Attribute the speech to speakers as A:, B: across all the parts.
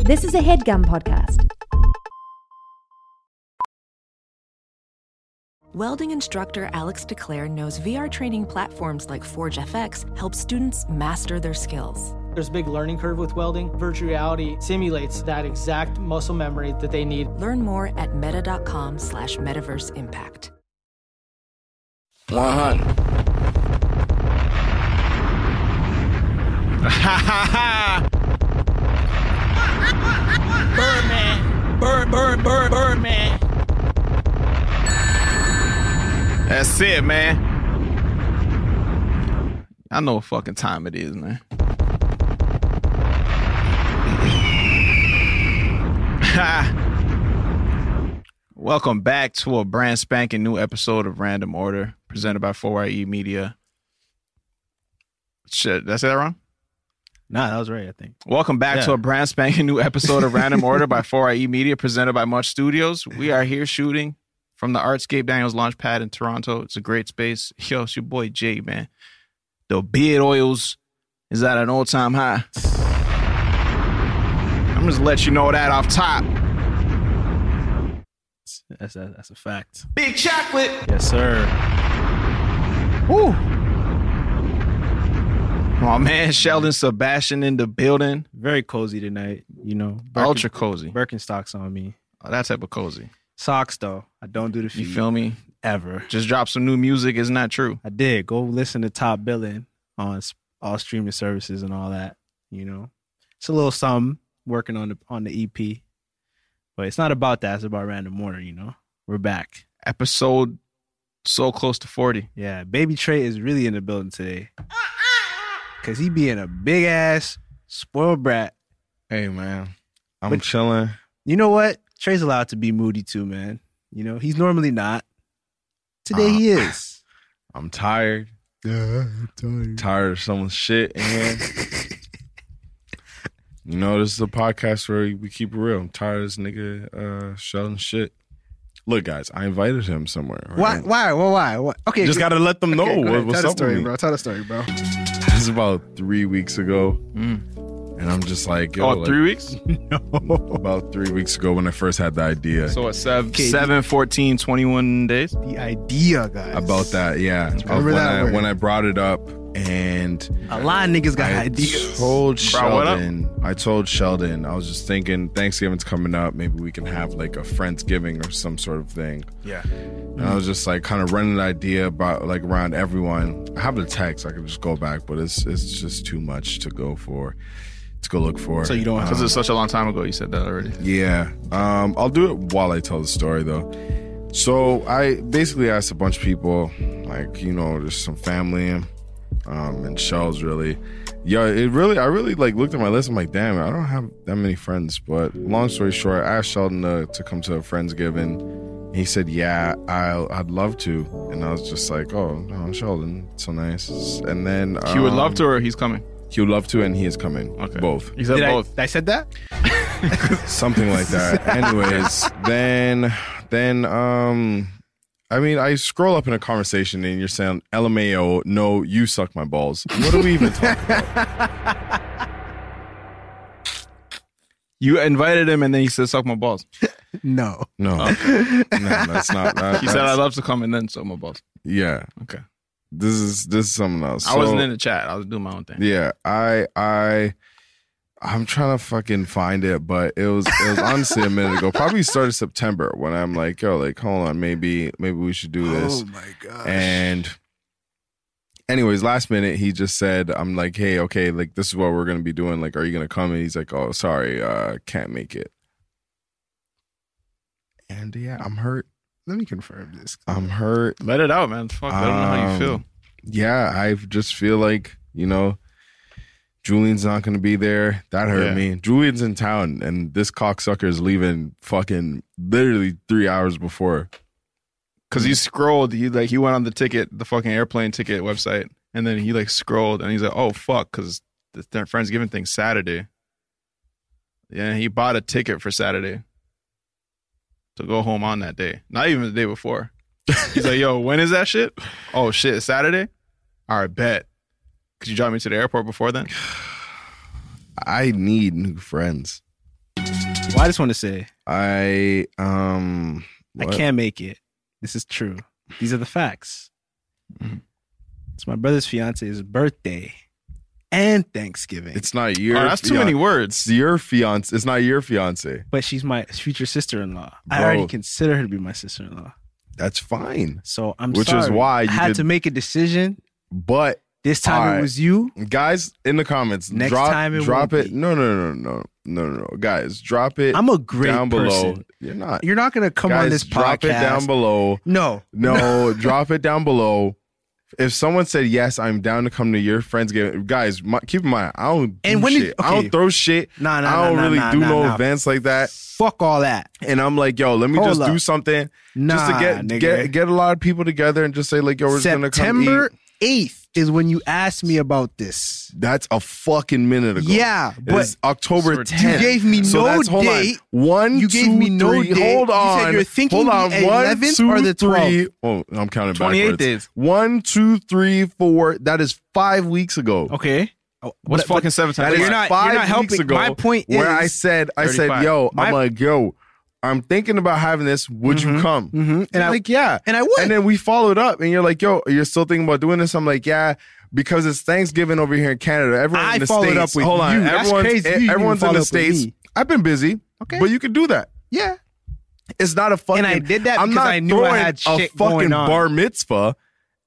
A: This is a headgum podcast.
B: Welding instructor Alex DeClaire knows VR training platforms like Forge FX help students master their skills.
C: There's a big learning curve with welding. Virtual reality simulates that exact muscle memory that they need.
B: Learn more at meta.com slash metaverse impact.
D: 100.
E: Birdman, bird, bird, bird, Birdman.
D: That's it, man. I know what fucking time it is, man. Ha. Welcome back to a brand spanking new episode of Random Order presented by 4YE Media. Shit, did I say that wrong?
F: Nah, that was right, I think.
D: Welcome back to
F: Yeah.
D: a brand spanking new episode of Random Order by 4IE Media, presented by Much Studios. We are here shooting from the Artscape Daniels launch pad in Toronto. It's a great space. Yo, it's your boy Jay, man. The beard oils is at an all time high. I'm just let you know that off top.
F: That's that's, that's a fact.
D: Big chocolate.
F: Yes, sir.
D: Woo. My man Sheldon Sebastian in the building.
F: Very cozy tonight, you know.
D: Ultra cozy.
F: Birkenstocks on me.
D: Oh, that type of cozy.
F: Socks though. I don't do the
D: You
F: feet
D: feel me?
F: ever.
D: Just drop some new music. It's not true.
F: I did. Go listen to Top Billing on s- all streaming services and all that, you know. It's a little something working on the on the EP. But it's not about that, it's about random order, you know. We're back.
D: episode so close to 40.
F: Yeah, baby Trey is really in the building today. Cause he being a big ass spoiled brat.
G: Hey man, I'm
F: But-
G: chilling.
F: You know what? Trey's allowed to be moody too, man. You know, he's normally not. Today he is.
G: I'm tired. Yeah, I'm tired. Tired of someone's shit. And you know,
D: Oh,
G: this is a podcast where we keep it real. I'm tired of this nigga uh, shouting shit. Look, guys, I invited him somewhere. right?
H: Why? Why? Why? Why? why? Okay,
G: Just gotta let them know
H: okay, go
G: what,
H: ahead.
G: what's
H: Tell
G: up
H: the story,
G: with me.
H: bro. Tell the story, bro.
G: This is about three weeks ago,
H: Mm.
G: and I'm just like, yo,
D: oh,
G: like,
D: three weeks?
G: about three weeks ago when I first had the idea.
D: So what, seven, seven, 14, 21 days?
H: The idea, guys.
G: about that, yeah. Of
H: Remember
G: when
H: that
G: I
H: word.
G: when I brought it up and
F: A lot of niggas got
G: I
F: ideas.
G: told
D: Bro, what up?
G: Sheldon. I told Sheldon. I was just thinking Thanksgiving's coming up. Maybe we can have like a Friendsgiving or some sort of thing.
D: Yeah.
G: And I was just like kind of running the idea about like around everyone. I have the text. I could just go back, but it's it's just too much to go for. To go look for.
F: So you don't have
G: Uh-huh.
D: Because it's such a long time ago you said that already.
G: Yeah. Um, I'll do it while I tell the story though. So I basically asked a bunch of people, like, you know, just some family um and shells really. Yeah, it really I really like looked at my list, I'm like, damn, I don't have that many friends. But long story short, I asked Sheldon to, to come to a Friendsgiving. He said, Yeah, I'll, I'd love to. And I was just like, Oh, no, Sheldon, so nice. And then
D: He would love
G: um,
D: to or he's coming?
G: He would love to and he is coming.
D: Okay.
G: Both
D: He said
F: Did I,
D: both.
F: I said that?
G: something like that. Anyways, then then um I mean, I scroll up in a conversation and you're saying LMAO, no, you suck my balls. What are we even talking about?
D: you invited him and then he said, suck my balls.
H: No.
G: No. No, that's not that,
D: He said, I'd
G: that's-
D: love to come and then suck my balls.
G: Yeah.
D: Okay.
G: This is this is something else.
D: I wasn't
G: So-
D: in the chat. I was doing my own thing.
G: Yeah, I I I'm trying to fucking find it, but it was it was honestly a minute ago. Probably started September when I'm like, yo, like hold on, maybe maybe we should do this.
H: Oh my gosh.
G: And anyways, last minute he just said, I'm like, hey, okay, like this is what we're gonna be doing. Like, are you gonna come? And he's like, Oh, sorry, uh, can't make it. And yeah, I'm hurt.
H: let me confirm this.
G: I'm hurt.
D: Let it out, man. Fuck, I don't know how you
G: Um,
D: feel.
G: Yeah, I just feel like, you know, Julian's not gonna be there. That hurt
D: Yeah.
G: me. Julian's in town and this cocksucker is leaving fucking literally three hours before.
D: Because he scrolled, he like he went on the ticket, the fucking airplane ticket website, and then he like scrolled and he's like, oh fuck, because the th- Friendsgiving thing Saturday. Yeah, he bought a ticket for Saturday to go home on that day. Not even the day before. He's like, yo, when is that shit? Oh shit, Saturday? All right, bet. Could you drive me to the airport before then?
G: I need new friends.
F: Well, I just want to say
G: I um
F: I
G: what?
F: can't make it. This is true. These are the facts. Mm-hmm. It's my brother's fiance's birthday and Thanksgiving.
G: It's not your.
D: Oh, that's too
G: fian-
D: many words.
G: It's your fiance. It's not your fiance.
F: but she's my future sister in law. I
G: Bro.
F: already consider her to be my sister in law.
G: That's fine.
F: So I'm
G: Which is
F: sorry.
G: why you
F: I had
G: did-
F: to make a decision.
G: But
F: This time
G: Alright.
F: it was you.
G: guys, in the comments,
F: Next
G: drop,
F: time it
G: drop
F: won't
G: it.
F: be.
G: No, no, no, no, no, no, no. Guys, drop it.
F: I'm a great
G: down below.
F: person.
G: You're not.
F: You're not gonna come
G: guys,
F: on this podcast.
G: drop it down below.
F: No,
G: No, drop it down below. If someone said yes, I'm down to come to your friend's game, guys. My, keep in mind, I don't.
F: And
G: do
F: when did-
G: shit. I
F: okay.
G: don't throw shit.
F: Nah, nah,
G: I don't
F: nah, nah,
G: really
F: nah,
G: do
F: nah,
G: no
F: nah.
G: events like that.
F: fuck all that.
G: And I'm like, yo, let me
F: Hold
G: just do
F: up.
G: something
F: Nah,
G: just to get
F: nigga.
G: get get a lot of people together and just say like, yo, we're just gonna come
F: September
G: eat.
F: eighth is when you asked me about this.
G: That's a fucking minute ago.
F: Yeah,
G: It
F: but
G: is October
D: So
G: 10th.
F: you gave me
G: so
F: no
G: that's, hold
F: date.
G: On. One,
F: You gave
G: two,
F: me no
G: three.
F: date.
G: Hold
F: You
G: on.
F: said you're thinking
G: hold on.
F: the
G: One,
F: 11th
G: two,
F: or the
G: three. Oh, I'm counting
D: 28
G: backwards.
D: days.
G: One, two, three, four. That is five weeks ago.
F: Okay.
D: What's fucking seven
G: That
D: times?
G: is
D: eight?
F: you're not-
G: five
F: you're not
G: weeks
F: helping.
G: ago.
F: My point
G: where I
F: is-
G: said, I said,
D: 35.
G: yo, I'm
F: My-
G: like, yo, I'm thinking about having this. Would you come?
F: Mhm.
G: And
F: And
G: I'm
F: I-
G: like, yeah.
F: and I would.
G: And then we followed up, and you're like, yo, you're still thinking about doing this? I'm like, yeah. Because it's Thanksgiving over here in Canada. Everyone
F: I
G: in the
F: followed
G: States.
F: up with
G: hold on.
F: you. That's
G: Everyone's,
F: crazy. You didn't
G: everyone's in
F: even follow
G: the
F: up with
G: States.
F: me.
G: I've been busy.
F: Okay.
G: But you could do that.
F: Yeah.
G: It's not a fucking.
F: And I did that
G: I'm
F: because
G: not
F: I knew I
G: throwing
F: had
G: a
F: shit
G: fucking
F: going on.
G: bar mitzvah.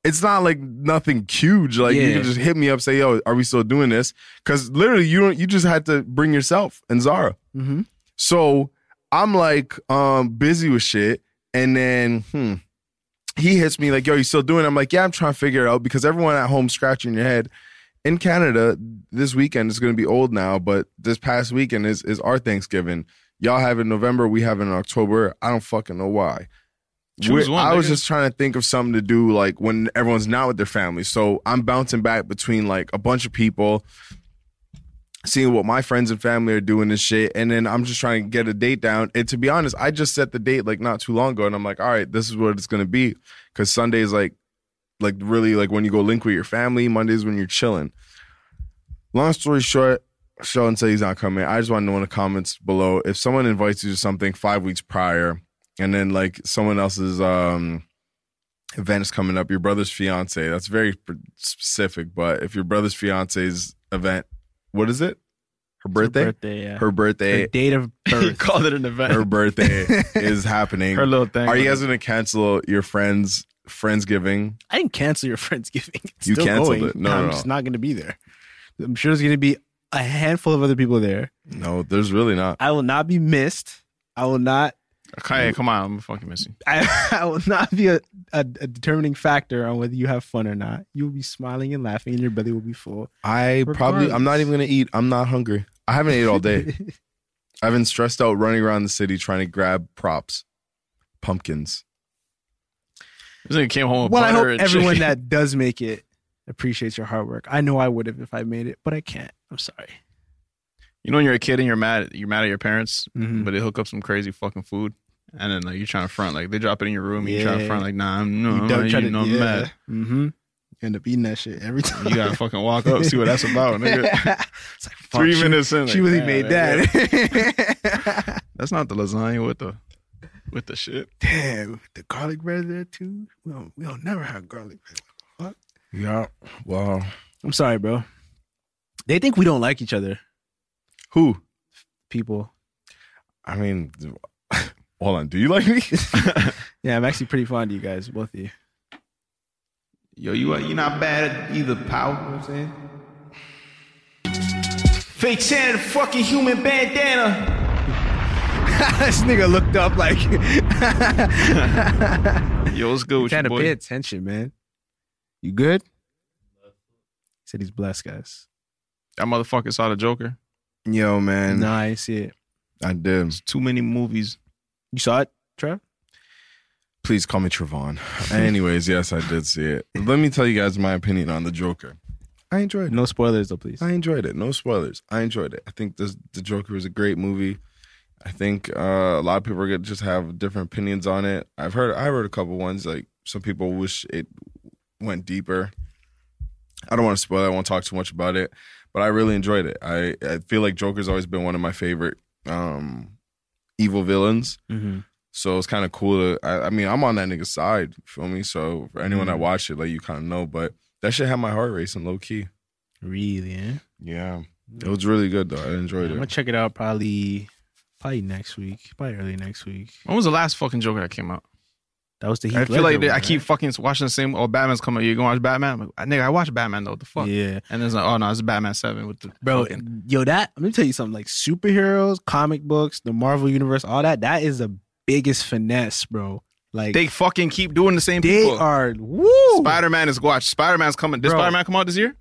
G: It's not like nothing huge. Like you
F: Yeah.
G: can just hit me up, say, "Yo, are we still doing this?" Because literally, you don't. You just had to bring yourself and Zara.
F: Mm-hmm.
G: So I'm like, um, busy with shit, and then hmm, he hits me like, "Yo, you still doing?" it? I'm like, "Yeah, I'm trying to figure it out." Because everyone at home scratching your head. In Canada, this weekend is going to be old now, but this past weekend is is our Thanksgiving. Y'all have it in November, we have it in October. I don't fucking know why.
D: Choose
G: We're-
D: one,
G: I was
D: nigga.
G: just trying to think of something to do like when everyone's not with their family. So I'm bouncing back between like a bunch of people, seeing what my friends and family are doing and shit. And then I'm just trying to get a date down. And to be honest, I just set the date like not too long ago. And I'm like, all right, this is what it's going to be. Cause Sunday is like, like really like when you go link with your family, Monday's when you're chilling. Long story short, Sheldon said he's not coming. I just want to know in the comments below if someone invites you to something five weeks prior, and then like someone else's um event is coming up, your brother's fiance. That's very p- specific. But if your brother's fiance's event, what is it? Her birthday.
F: birthday. Yeah.
G: Her birthday.
F: Her date of
D: he
F: birth.
D: called it an event.
G: Her birthday is happening.
D: Her little thing.
G: Are you guys gonna cancel your friends? Friendsgiving.
F: I didn't cancel your Friendsgiving. It's
G: You
F: still
G: canceled
F: going.
G: it. No,
F: I'm
G: no,
F: just
G: no.
F: not going to be there. I'm sure there's going to be a handful of other people there.
G: No, there's really not.
F: I will not be missed. I will not.
D: Okay, come on, I'm fucking missing.
F: I, I will not be a, a, a determining factor on whether you have fun or not. You will be smiling and laughing, and your belly will be full.
G: I probably. I'm not even gonna eat. I'm not hungry. I haven't ate all day. I've been stressed out running around the city trying to grab props, pumpkins.
D: This nigga came
G: Oh,
D: home with
F: well, I
D: butter
F: hope
D: and
F: everyone
D: chicken.
F: that does make it appreciates your hard work. I know I would have if I made it, but I can't. I'm sorry.
D: You know when you're a kid and you're mad, you're mad at your parents,
F: Mhm.
D: but they hook up some crazy fucking food, and then like you're trying to front, like they drop it in your room, and you try to
F: Yeah.
D: front, like nah, I'm no,
F: You
D: I'm
F: don't
D: not
F: try
D: eating,
F: to-
D: I'm
F: yeah.
D: mad.
F: Mm-hmm. End up eating that shit every time.
D: You gotta fucking walk up, see what that's about, nigga.
F: it's like, fuck,
D: Three
F: she-
D: minutes in,
F: She
D: like,
F: really
D: "Damn,
F: made
D: nigga,
F: that.
D: That's not the lasagna with the with the shit.
H: Damn, the garlic bread there too. We don't, we don't never have garlic bread.
G: Yeah. Wow.
F: I'm sorry, bro. They think we don't like each other,
G: Who?
F: people.
G: I mean, hold on. Do you like me?
F: Yeah, I'm actually pretty fond of you guys, both of you.
D: Yo, you uh, you not bad at either power.
E: Fake Santa, the fucking human bandana.
F: this nigga looked up like
D: Yo, what's good with
F: trying
D: your
F: to
D: boy?
F: pay attention, man. You good? He said he's blessed, guys.
D: That motherfucker saw the Joker.
G: Yo, man.
F: Nah, I didn't see it.
G: I did.
D: Too many movies.
F: You saw it, Trev?
G: Please call me Trevon. Anyways, yes, I did see it. Let me tell you guys my opinion on the Joker. I enjoyed it.
F: No spoilers, though, please.
G: I enjoyed it. No spoilers. I enjoyed it. I think this, the Joker is a great movie. I think uh, a lot of people are gonna just have different opinions on it. I've heard I heard a couple ones like some people wish it went deeper. I don't want to spoil. it. I won't talk too much about it, but I really enjoyed it. I I feel like Joker's always been one of my favorite um, evil villains.
F: Mm-hmm.
G: So it's kind of cool. To, I, I mean, I'm on that nigga's side. You feel me? So for anyone that watched it, like you kind of know. But that shit had my heart racing low key.
F: Really, eh?
G: Yeah, it was really good though. I enjoyed
F: I'm gonna
G: it.
F: check it out probably probably next week, probably early next week.
D: When was the last fucking Joker that came out?
F: That was the Heath
D: I feel
F: Ledger
D: like they-
F: one,
D: I keep
F: right?
D: fucking watching the same. Oh, Batman's coming. out. You gonna watch Batman? I'm like, nigga, I watched Batman though. What the fuck?
F: Yeah,
D: And there's like, oh no, it's Batman Seven with the
F: bro.
D: fucking-
F: Yo, that let me tell you something. Like superheroes, comic books, the Marvel universe, all that. That is the biggest finesse, bro. Like
D: They fucking keep doing the same
F: they
D: people.
F: are woo.
D: Spider Man is watch. Spider Man's coming. Did
F: Bro.
D: Spider Man come out this year?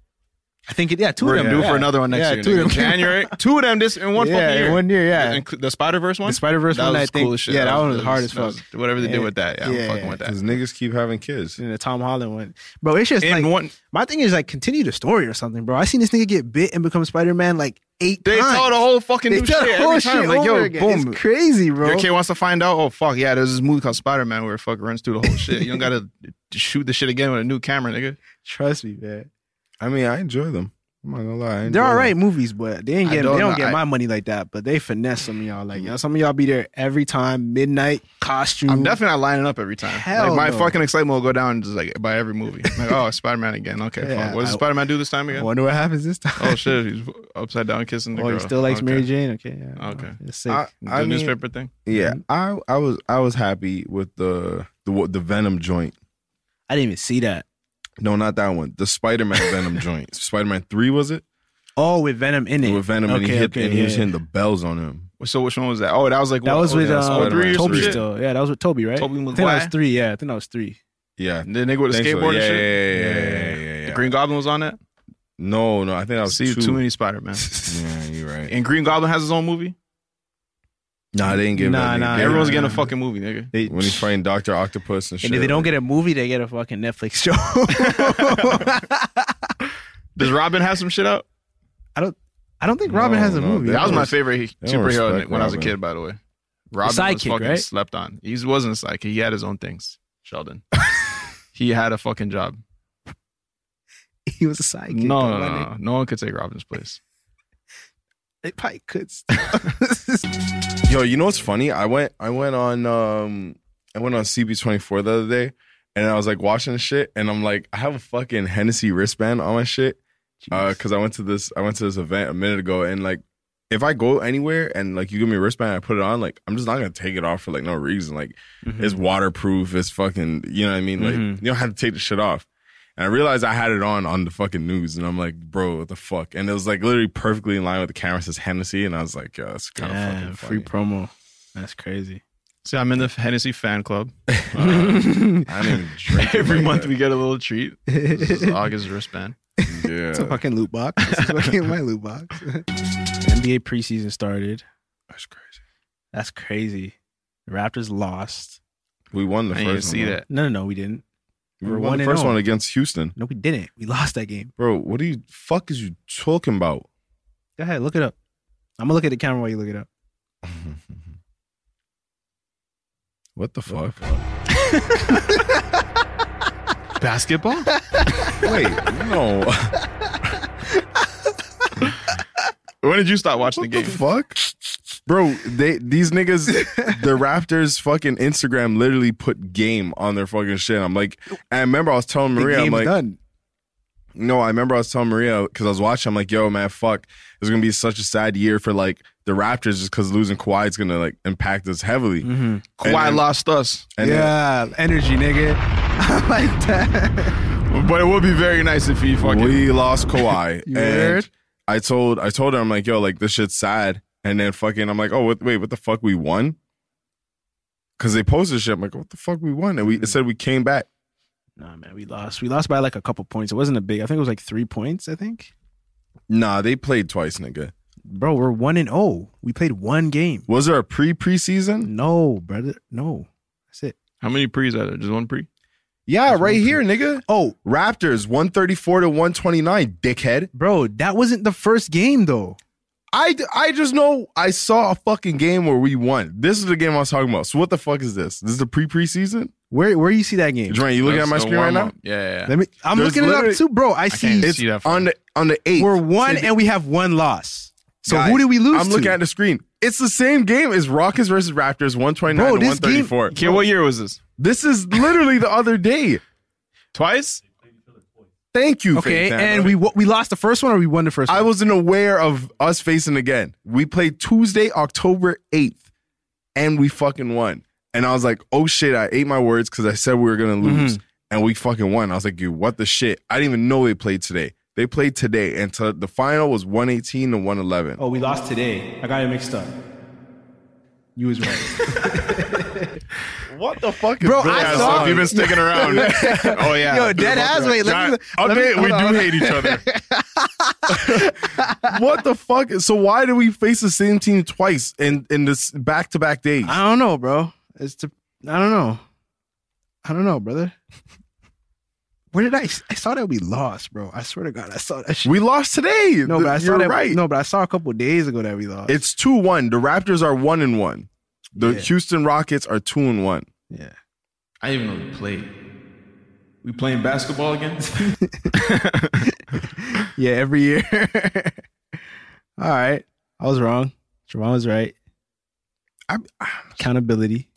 F: I think it. Yeah, two
D: We're
F: of them.
D: due
F: yeah.
D: for another one next
F: yeah,
D: year.
F: Two of
D: nigga.
F: them.
D: January. Two of them this in one
F: yeah,
D: fucking year.
F: in one year. Yeah,
D: The- inc- The Spider Verse one.
F: the Spider Verse
D: That
F: one.
D: was
F: I think.
D: cool as shit.
F: Yeah, that one was hard
D: that
F: as fuck.
D: was- Whatever they did
F: Yeah.
D: with that, yeah,
F: Yeah.
D: I'm fucking with that.
G: Because niggas keep having kids.
F: And the Tom Holland one, bro. It's just
D: In
F: like
D: one,
F: my thing is like continue the story or something, bro. I seen this nigga get bit and become Spider Man like eight
D: they
F: times.
D: tell the whole fucking
F: They
D: new
F: tell
D: shit
F: the
D: every time. Like,
F: over
D: yo,
F: again.
D: boom,
F: It's crazy, bro.
D: Your kid wants to find out. Oh fuck, yeah, there's this movie called Spider Man where it fuck runs through the whole shit. You don't gotta shoot the shit again with a new camera, nigga.
F: Trust me, man.
G: I mean, I enjoy them. I'm not gonna lie. I enjoy
F: They're all
G: them.
F: right movies, but they ain't
D: I
F: get
D: don't
F: they don't
D: know.
F: get
D: I- Mm-hmm.
F: my money like that. But they finesse some of y'all. Like y'all, some of y'all be there every time, midnight costume.
D: I'm definitely not lining up every time.
F: Mm. Hell
D: like my
F: no.
D: fucking excitement will go down just like by every movie. like, oh, Spider Man again. Okay,
F: Yeah,
D: fuck. What does
F: I-
D: Spider Man do this time
F: I
D: again?
F: wonder what happens this time.
D: Oh shit, he's upside down kissing the
F: Oh,
D: girl.
F: he still likes
D: okay.
F: Mary Jane. Okay, yeah,
D: Okay.
F: It's sick.
G: I-
D: The
G: I mean-
D: newspaper thing.
F: Mm-hmm.
G: Yeah, I I was I was happy with the the the Venom joint.
F: I didn't even see that.
G: No, not that one. The Spider Man Venom joint. Spider Man Three was it?
F: Oh, with Venom in it.
G: With Venom, and he
F: Okay,
G: hit
F: okay,
G: and he was
F: yeah.
G: hitting the bells on him.
D: So which one was that? Oh, that was like
F: That
D: what,
F: was
D: oh,
F: with
D: yeah,
F: um,
D: Spider-Man
G: Spider-Man
D: three or some
F: Toby
D: shit?
F: still. Yeah, that was with Toby, right?
D: Toby
F: I think that was
D: Maguire.
F: three. Yeah, I think that was three.
G: Yeah,
D: The nigga with the
G: Think so.
D: skateboard and
G: Yeah,
D: shit.
G: yeah, yeah, yeah, yeah, yeah, yeah.
D: The Green Goblin was on that.
G: No, no, I think I was
D: See
G: two.
D: too many Spider Man.
G: Yeah, you're right.
D: And Green Goblin has his own movie.
G: Nah, they didn't give.
F: Nah,
G: that nigga-
F: nah,
G: they-
D: Everyone's
F: yeah.
D: getting a fucking movie, nigga.
F: They,
G: when he's fighting Doctor Octopus and shit.
F: and if they don't
G: like-
F: get a movie, they get a fucking Netflix show.
D: Does Robin have some shit out?
F: I don't think Robin
G: No,
F: has a
G: no,
F: movie.
G: They
D: That was
G: don't
D: my
G: res-
D: favorite
G: they don't
D: superhero when
G: respect
D: I was a
G: Robin.
D: kid, by the way. Robin was
F: sidekick,
D: fucking
F: right?
D: slept on. He wasn't a sidekick. He had his own things, Sheldon. he had a fucking job.
F: he was a sidekick.
D: No, no,
F: My
D: no,
F: nigga.
D: no. No one could take Robin's place.
F: They probably could.
G: Yo, you know what's funny? I went I went on um I went on CB24 the other day and I was like watching this shit and I'm like I have a fucking Hennessy wristband on my shit uh cuz I went to this I went to this event a minute ago and like if I go anywhere and like you give me a wristband I put it on like I'm just not going to take it off for like no reason like it's waterproof it's fucking you know what I mean like
F: Mhm.
G: you don't have to take the shit off. And I realized I had it on on the fucking news, and I'm like, bro, what the fuck? And it was like literally perfectly in line with the camera it says Hennessy, and I was like, yo, it's kind of fucking funny.
F: free promo. That's crazy.
D: See, I'm in the Hennessy fan club.
G: Uh, I didn't even drink it
D: Every
G: like
D: month
G: that.
D: we get a little treat. This is August wristband.
F: It's a
G: Yeah,
F: fucking loot box. This is fucking my loot box. NBA preseason started.
G: that's crazy.
F: That's crazy. The Raptors lost.
G: We won the first.
D: I didn't even
G: one,
D: see
G: though.
D: that.
F: No, no, no, we didn't.
G: We
F: We're
G: won
F: one
G: the
F: and
G: first
F: oh.
G: one against Houston,
F: No, we didn't. We lost that game.
G: bro. What are you fuck is you talking about?
F: Go ahead, look it up. I'm gonna look at the camera while you look it up.
G: What the fuck?
D: Basketball?
G: Wait, no.
D: when did you stop watching
G: what
D: the
G: the
D: game?
G: fuck, bro? They these niggas, the Raptors, fucking Instagram literally put game on their fucking shit. I'm like, I remember I was telling
F: the
G: Maria, I'm
F: game's
G: like,
F: done.
G: No, I remember I was telling Maria because I was watching. I'm like, yo, man, fuck. It's gonna be such a sad year for like the Raptors just because losing Kawhi is gonna like impact us heavily.
D: Kawhi
G: And-
D: lost us.
G: And then-
F: yeah, energy, nigga. I like that.
D: But it would be very nice if he fucking.
G: we lost Kawhi. and
F: You heard?
G: I told I told her I'm like, yo, like this shit's sad. And then fucking I'm like, oh what, wait, what the fuck we won? Cause they posted shit. I'm like, what the fuck we won? And we it said we came back.
F: Nah, man, we lost. We lost by like a couple points. It wasn't a big. I think it was like three points. I think.
G: Nah, they played twice, nigga.
F: Bro, we're one and oh. We played one game.
G: Was there a pre preseason?
F: No, brother. No. That's it.
D: How many pre's are there? Just one pre?
G: Yeah, right here, nigga.
F: Oh,
G: Raptors 134 to 129, dickhead.
F: bro, that wasn't the first game though.
G: I, I just know I saw a fucking game where we won. This is the game I was talking about. So what the fuck is this? This is the pre preseason.
F: Where where you see that game?
G: Dre, you looking at
D: That's
G: my
D: the
G: screen right now?
D: warm-up. Yeah, yeah, yeah.
F: Let me. I'm
G: There's
F: looking it
G: literally-
F: up too, bro. I see.
D: can't
G: It's
D: see that
G: on the on the eight.
F: We're one and we have one loss. So
G: Guys,
F: who did we lose?
G: I'm looking
F: to?
G: at the screen. It's the same game as Rockets versus Raptors, 129
F: Bro,
G: to
F: this game-
G: 134.
D: Okay, what year was this?
G: This is literally the other day.
D: Twice?
G: Thank you.
F: Okay,
G: Fantano.
F: and we wo- we lost the first one or we won the first
G: I
F: one?
G: wasn't aware of us facing again. We played Tuesday, October 8th, and we fucking won. And I was like, oh shit, I ate my words because I said we were gonna lose.
F: Mm-hmm.
G: And we fucking won. I was like, you what the shit? I didn't even know they played today. They played today, and to, the final was 118 to 111.
F: Oh, we lost today. I got it mixed up. You was right.
G: What the fuck,
F: Bro, I
D: Yeah,
F: saw-
D: so if you've been sticking around. oh yeah.
F: Yo, dead ass. Wait, let me-
D: John-
F: let me-
D: okay,
F: hold
D: we
F: on, hold
D: do
F: on.
D: hate each other.
G: what the fuck? So why do we face the same team twice in in this back to back days?
F: I don't know, bro. It's the I don't know. I don't know, brother. Where did I? I saw that we lost, bro. I swear to God, I saw that. Shit.
G: We lost today.
F: no, but I saw
G: You're
F: that.
G: right.
F: No, but I saw a couple days ago that we lost.
G: It's two one. The Raptors are one and one. The
F: Yeah.
G: Houston Rockets are two and one.
F: yeah.
I: I didn't even know we played. We playing basketball again?
F: Yeah, every year. All right. I was wrong. Javon was right. Accountability.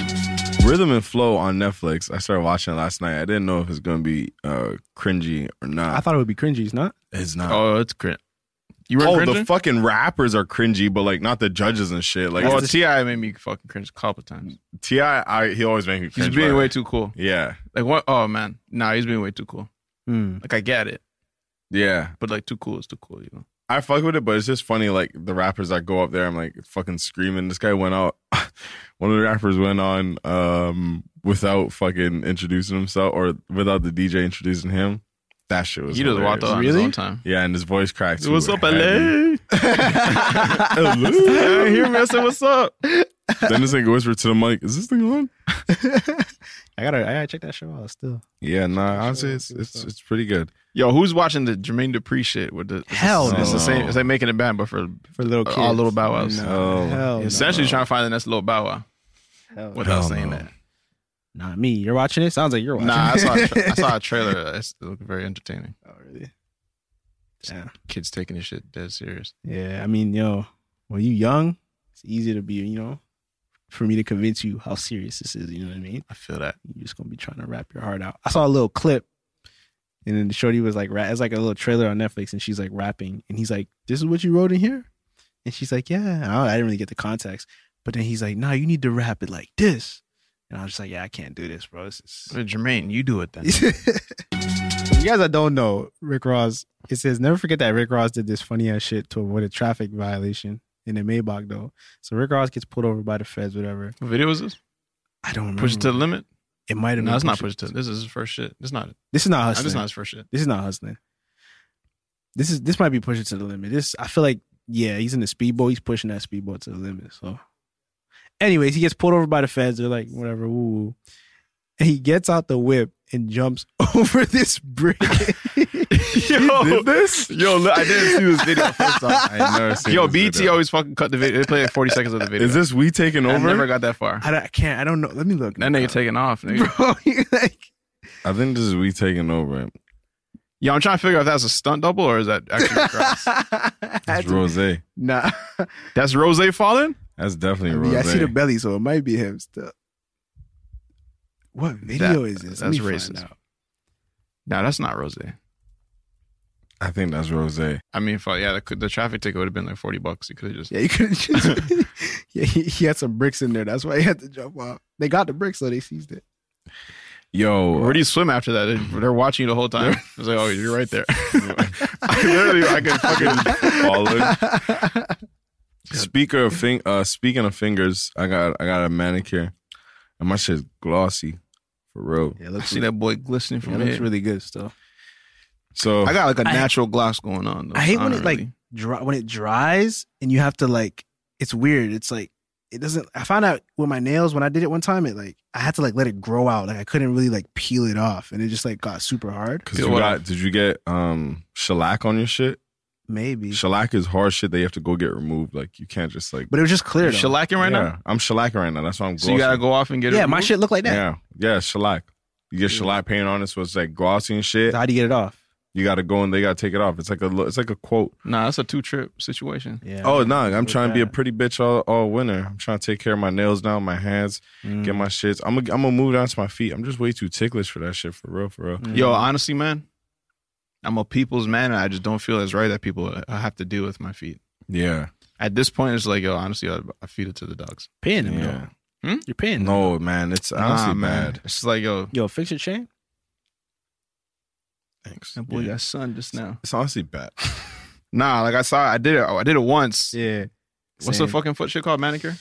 G: Rhythm and Flow on Netflix. I started watching it last night. I didn't know if it's gonna be uh, cringy or not.
F: I thought it would be cringy. It's not.
G: it's not.
D: Oh, it's cringe. You were
G: Oh,
D: cringing?
G: the fucking rappers are cringy, but like not the judges and shit. Like
D: well,
G: it's-
D: Ti Oh, made me fucking cringe a couple times.
G: Ti, I, he always makes me
D: He's
G: cringe.
D: being
G: but-
D: way too cool.
G: yeah,
D: Like what? Oh man, nah, he's being way too cool.
F: Mm.
D: Like I get it,
G: yeah.
D: but like too cool is too cool, you know.
G: I fuck with it, but it's just funny. Like the rappers that go up there, I'm like fucking screaming. This guy went out. One of the rappers went on um, without fucking introducing himself or without the DJ introducing him. That shit was.
D: He just walked
G: hilarious.
D: out on his
F: Really?
D: own time.
G: Yeah, and his voice cracked. too.
D: what's up,
G: It had me.
D: LA?
G: Hello?
D: I hear me. I said, "What's up?"
G: then this nigga whispered to the mic, "Is this thing on?"
F: I gotta I gotta check that show out still.
G: Yeah, nah. Honestly, it's it's it's pretty good.
D: Yo, who's watching the Jermaine Dupri shit with the? it's the-
F: Hell
D: it's the
G: no.
D: same. It's like making it bad, but for
F: For little
D: Uh,
F: kids.
D: all little Bow Wows.
G: No.
F: Hell no.
D: essentially trying to find the next little Bow Wow
F: Hell no.
D: without
G: Hell
D: saying
G: no.
D: that.
F: Not me. You're watching it? Sounds like you're watching
D: Nah, I
F: it.
D: saw a tra- I saw a trailer. It's- It looked very entertaining.
F: Oh, really? Yeah.
D: Kids taking this shit dead serious.
F: yeah, I mean, yo, when you young, it's easy to be, you know, for me to convince you how serious this is, you know what I mean?
D: I feel that.
F: You're just gonna be trying to rap your heart out. I saw a little clip, and then the shorty was like, rap. It's like a little trailer on Netflix, and she's like rapping, and he's like, "This is what you wrote in here," and she's like, "Yeah." And I, I didn't really get the context, but then he's like, "Nah, you need to rap it like this," and I was just like, "Yeah, I can't do this, bro." This is-
D: Hey, Jermaine, you do it then.
F: you guys that don't know, Rick Ross, it says, never forget that Rick Ross did this funny ass shit to avoid a traffic violation in a Maybach, though. So Rick Ross gets pulled over by the feds, whatever.
D: What video is this?
F: I don't remember.
D: Push it to the limit?
F: It might have
D: No,
F: been
D: it's not push it to. This is his first shit. It's not.
F: This is not
D: This
F: hustling.
D: is not his first shit.
F: This is not hustling. This is this might be pushing to the limit. This I feel like yeah, he's in the speedboat. He's pushing that speedboat to the limit. So, anyways, he gets pulled over by the feds. They're like whatever, woo, woo. and he gets out the whip and jumps over this brick.
D: Yo,
G: this?
D: yo, look, I didn't see this video. First off.
G: I never seen
D: Yo,
G: this
D: BT
G: video.
D: always fucking cut the video. They play like 40 seconds of the video.
G: Is this we taking
D: I
G: over?
D: never got that far.
F: I, don't- I can't. I don't know. Let me look.
D: That nigga taking off, nigga.
F: bro. you're like,
G: I think this is we taking over.
D: Yo, I'm trying to figure out if that's a stunt double or is that actually Rick Ross.
G: That's Rose.
F: nah.
D: That's Rose falling?
G: That's definitely
F: I,
G: Rose.
F: mean, I see the belly, so it might be him still. What video
D: That-
F: is this? Let
D: that's
F: me
D: racist.
F: Find out.
D: No, that's not Rose.
G: I think that's Rose.
D: I mean, fuck, yeah, the, the traffic ticket would have been like 40 bucks. You could have just.
F: Yeah, you could just. yeah, he, he had some bricks in there. That's why he had to jump off. They got the bricks, so they seized it.
G: Yo,
D: Where do you swim after that? They- They're watching you the whole time. It's like, oh, you're right there. I literally, I could fucking.
G: Speaker of fing- uh, speaking of fingers, I got I got a manicure, and my shit's glossy, for real.
F: Yeah,
D: I see that boy glistening from
F: looks
D: here.
F: really good still.
G: So
D: I got like a
F: I-
D: natural gloss going on. Though.
F: I hate
D: so
F: when
D: don't
F: it like
D: really-
F: dry, when it dries and you have to like. It's weird. It's like it doesn't. I found out with my nails when I did it one time. It like I had to like let it grow out. Like I couldn't really like peel it off, and it just like got super hard.
G: because
D: Yo,
G: you
D: what
G: got
D: up?
G: did you get um shellac on your shit?
F: Maybe,
G: Shellac is hard shit that you have to go get removed. Like you can't just like
F: but it was just
D: You're
F: clear. though.
D: shellacking right
G: yeah,
D: now.
G: I'm shellacking right now. That's why I'm. Glossy.
D: So you gotta go off and get it.
F: yeah, my
D: removed?
F: shit looked like that.
G: Yeah, yeah, shellac. You get shellac paint on it, so it's like glossy and shit.
F: So how do you get it off?
G: You got to go and they got to take it off. It's like a lo- it's like a quote.
D: Nah, that's a two trip situation.
F: Yeah.
G: Oh no, I'm
F: With
G: trying to be a
F: that.
G: pretty bitch all, all winter. I'm trying to take care of my nails now, my hands,
F: Mm.
G: get my shits. I'm gonna I'm gonna move down to my feet. I'm just way too ticklish for that shit. For real, for real.
F: Mm.
D: Yo, honestly, man, I'm a people's man, and I just don't feel it's right that people uh, have to deal with my feet.
G: Yeah.
D: At this point, it's like, yo, honestly, I, I feed it to the dogs.
F: paying them.
G: Yeah.
F: Yo.
D: Hmm?
F: You're paying them.
G: No, man. It's honestly
D: nah, man,
G: bad.
D: it's like, yo,
F: Yo, fix your chain.
D: thanks. I boy
G: Yeah.
D: got sun just now.
G: It's honestly bad.
D: Nah, like I saw, I did it. I did it once.
F: Yeah.
D: What's the fucking foot shit called? Manicure,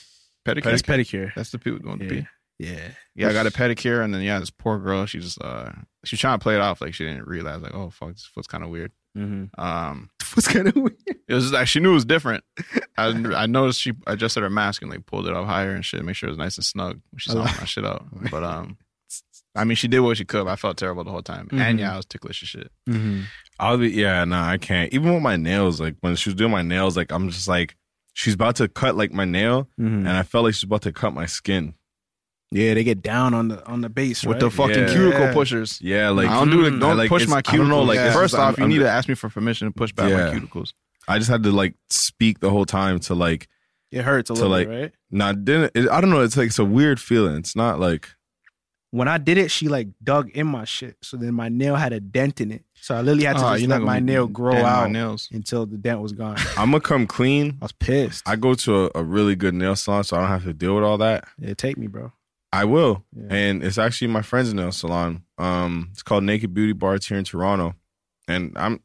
D: pedicure.
F: That's pedicure.
D: That's the people going to
F: Yeah.
D: be.
F: Yeah.
D: Yeah, I got a pedicure, and then yeah, this poor girl, she just uh, she was trying to play it off like she didn't realize like, oh fuck, this foot's kind of weird.
F: Mm-hmm.
D: Um,
F: What's kind of weird?
D: it was like she knew it was different. I I noticed she adjusted her mask and like pulled it up higher and shit, make sure it was nice and snug. when She saw
F: Oh.
D: my shit out, but um, I mean, she did what she could. But I felt terrible the whole time,
F: Mm-hmm.
D: and yeah, I was ticklish as shit.
G: I'll be yeah, nah, I can't. Even with my nails, like when she was doing my nails, like I'm just like she's about to cut like my nail,
F: Mm.
G: and I felt like she's about to cut my skin.
F: Mm-hmm. Yeah, they get down on the on the base
D: With the
F: right?
D: fucking
G: Yeah.
D: cuticle pushers.
G: Yeah, like
D: I don't do the,
G: mm,
D: don't
G: I, like,
D: push
G: it's-
D: my
G: I
D: cuticles.
G: don't know, like it's
D: first
G: just-
D: off,
G: I'm-
D: you need
G: I'm-
D: to ask me for permission to push back
G: Yeah.
D: my cuticles.
G: I just had to like speak the whole time to like
F: It hurts a
G: To
F: little,
G: like-
F: bit, right?
G: not didn't it, I don't know. It's like it's a weird feeling. It's not like
F: When I did it, she like dug in my shit, so then my nail had a dent in it. So I literally had to
D: Ah,
F: just
D: you're not
F: let my
D: gonna
F: nail grow
D: dent my
F: out
D: nails.
F: until the dent was gone. I
G: I'm gonna come clean.
F: was pissed.
G: I go to a, a really good nail salon, so I don't have to deal with all that.
F: yeah, take me, bro.
G: I will,
F: Yeah.
G: and it's actually my friend's nail salon. Um, it's called Naked Beauty Bar. It's here in Toronto, and I'm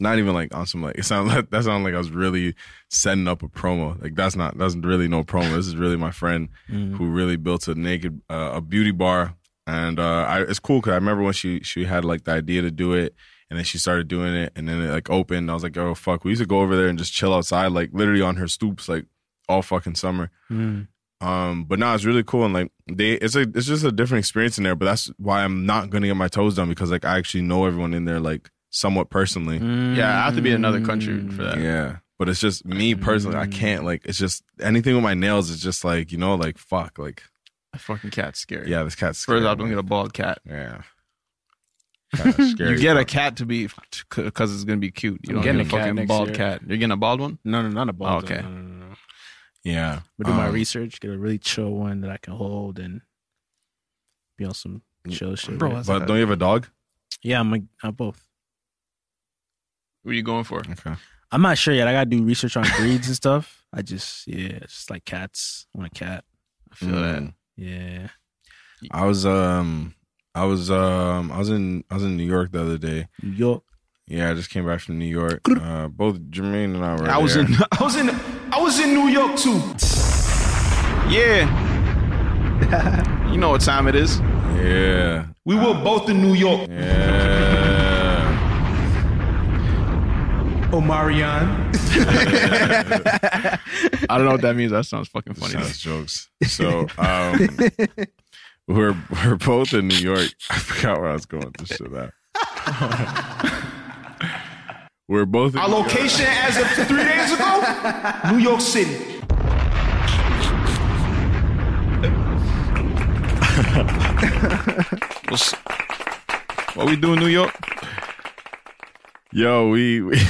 G: not even like on some like it sounds like that sounds like I was really setting up a promo. Like that's not that's really no promo. This is really my friend Mm-hmm. who really built a naked uh, a beauty bar, and uh, I, it's cool because I remember when she she had like the idea to do it. And then she started doing it, and then it like opened. And I was like, "Oh fuck!" We used to go over there and just chill outside, like literally on her stoops, like all fucking summer.
F: Mm-hmm.
G: Um, but no, it's really cool and like they it's a it's just a different experience in there, but that's why I'm not gonna get my toes done because like I actually know everyone in there like somewhat
F: Mm.
G: personally.
D: Yeah, I have to be in another country for that.
G: Yeah. But it's just me personally, I can't like it's just anything with my nails is just like, you know, like fuck, like
D: That fucking cat's scary.
G: yeah, this cat's
D: First
G: scary,
D: off, don't
G: man.
D: get a bald cat.
G: Yeah. Kinda scary.
D: You get a cat to be because it's gonna be cute. You
F: I'm
D: don't get a,
F: getting a cat
D: fucking
F: next
D: bald
F: year.
D: cat. You're getting a bald one.
F: No, no, not a ball.
D: Oh, okay. Oh.
F: No, no, no, no.
G: Yeah.
F: But do my
G: Um,
F: research, get a really chill one that I can hold and be on some chill shit.
D: Mm. Bro,
F: with.
D: that's-
G: But don't you have a dog?
F: yeah, I'm like, I'm both.
D: What are you going for?
G: Okay.
F: I'm not sure yet. I gotta do research on breeds and stuff. I just yeah, it's just like cats. I want a cat.
D: I feel that.
F: Yeah.
G: I was um I was um I was in I was in New York the other day.
F: New York.
G: Yeah, I just came back from New York. Uh, both Jermaine and I were.
D: I was
G: there.
D: in.
E: I was in I was in New York too.
D: yeah. you know what time it is.
G: Yeah,
E: We were both in New York.
G: yeah.
H: Omarion.
D: I don't know what that means. That sounds fucking funny. though.
G: Sounds jokes. So um, we're we're both in New York. I forgot where I was going with this shit at. we're both. In
E: Our
G: New York.
E: location as of three days ago, New York City.
D: What's- what we do in New York?
G: Yo, we. we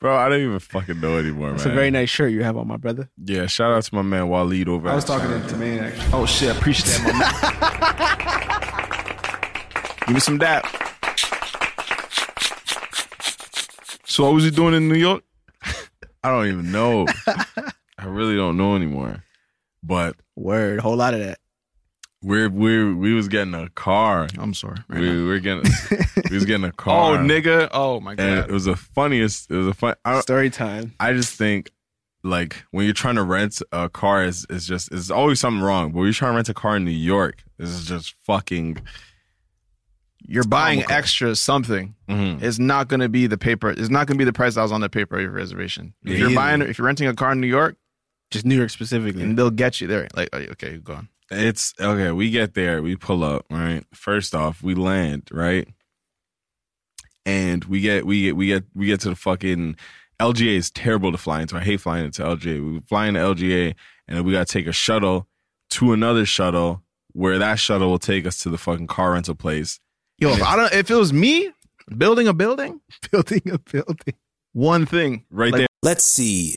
G: Bro, I don't even fucking know anymore,
F: It's a
G: man.
F: very nice shirt you have on my brother.
G: yeah, shout out to my man Waleed over.
H: I was
G: at
H: talking
G: China.
H: to Jermaine actually.
D: Oh shit! I appreciate that. My man. Give me some dap. So what was you doing in New York?
G: I don't even know. I really don't know anymore. But
F: Word. Whole lot of that.
G: we're we we was getting a car.
D: I'm sorry.
G: we were getting we was getting a
D: Oh
G: car.
D: nigga! Oh my
G: and it
D: god!
G: was the funniest. It was a fun. I,
F: Story time.
G: I just think like when you're trying to rent a car is is just it's always something wrong. But when you're trying to rent a car in New York, this is just fucking.
D: You're buying
G: comical.
D: extra something.
F: Mm-hmm.
G: Mhm.
D: It's not going to be the paper. It's not going to be the price that was on the paper of your reservation. If you're
G: Yeah.
D: buying, if you're renting a car in New York,
F: Just New York specifically.
D: and they'll get you there. Like, oh, okay, go on.
G: It's okay. We get there. We pull up. Right. First off, we land. Right. And we get we get we get we get to the fucking LGA is terrible to fly into. I hate flying into LGA. We fly into LGA and then we gotta take a shuttle to another shuttle where that shuttle will take us to the fucking car rental place.
D: Yo, if I don't, if it was me building a building,
F: building a building.
D: one thing
G: Right there.
J: Let's see.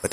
J: But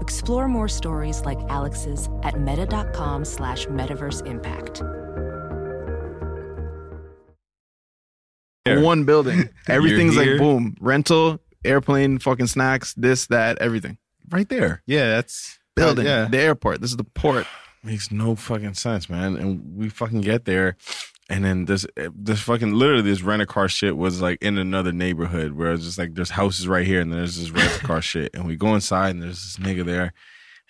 B: Explore more stories like Alex's at meta.com slash metaverse impact.
D: one building. Everything's
G: here.
D: like boom, rental, airplane, fucking snacks, this, that, everything.
G: Right there.
D: Yeah, that's building.
G: yeah.
D: The airport. This is the port.
G: Makes no fucking sense, man. And we fucking get there, and then this this fucking literally this rent a car shit was like in another neighborhood where it's just like there's houses right here, and then there's this rent a car shit, and we go inside, and there's this nigga there, and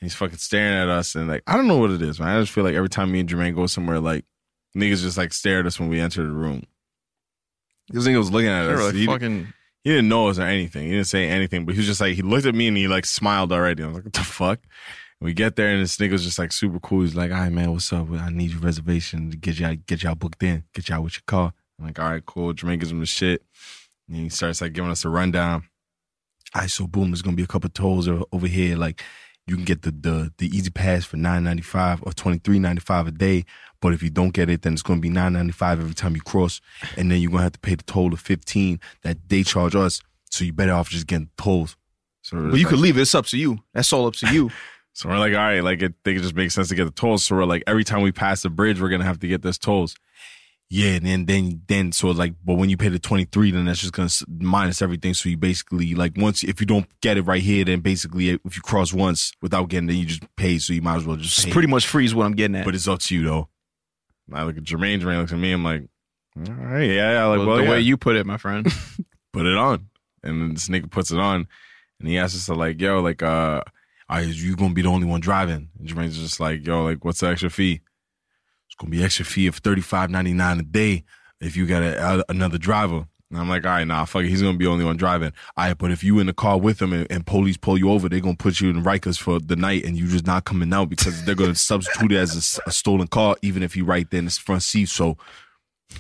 G: he's fucking staring at us, and like I don't know what it is, man. I just feel like every time me and Jermaine go somewhere, like niggas just like stare at us when we enter the room. This nigga was looking at
D: They
G: us.
D: were like
G: He-
D: fucking
G: he didn't know us or anything. He didn't say anything, but he was just like, he looked at me and he like smiled already. I was like, what the fuck? And we get there and this nigga's just like super cool. He's like, all right, man, what's up? I need your reservation to get y'all, get y'all booked in, get y'all with your car. I'm like, all right, cool. Jermaine gives him the shit. And he starts like giving us a rundown. All right, so boom, there's gonna be a couple tolls o- over here. Like, you can get the the, the easy pass for nine ninety five or twenty three ninety five a day. But if you don't get it, then it's gonna be nine ninety five every time you cross, and then you're gonna have to pay the toll of fifteen that they charge us. So you better off just getting tolls. So
D: But
G: it's
D: you could
G: like-
D: leave it. It's up to you. That's all up to you.
G: so we're like, all right, like it, think it just makes sense to get the tolls. So we're like, every time we pass the bridge, we're gonna have to get those tolls. Yeah, and then then then so like, but when you pay the twenty three, then that's just gonna s- minus everything. So you basically like once if you don't get it right here, then basically if you cross once without getting it, you just pay. So you might as well just
D: It's
G: pay.
D: pretty much free is what I'm getting at.
G: But it's up to you though. And I look at Jermaine. Jermaine looks at me. I'm like, all right, yeah, yeah. Like, well,
D: Well, the
G: yeah
D: way you put it, my friend.
G: put it on. And then this nigga puts it on and he asks us to like, yo, like, uh, are you gonna be the only one driving? And Jermaine's just like, yo, like, what's the extra fee? It's gonna be extra fee of thirty five ninety nine a day if you got a, a- another driver. And I'm like, all right, nah, fuck it. He's gonna be the only one driving. All right, but if you in the car with him and, and police pull you over, they're gonna put you in Rikers for the night, and you just not coming out because they're gonna substitute it as a s- a, stolen car, even if you right there in the front seat. So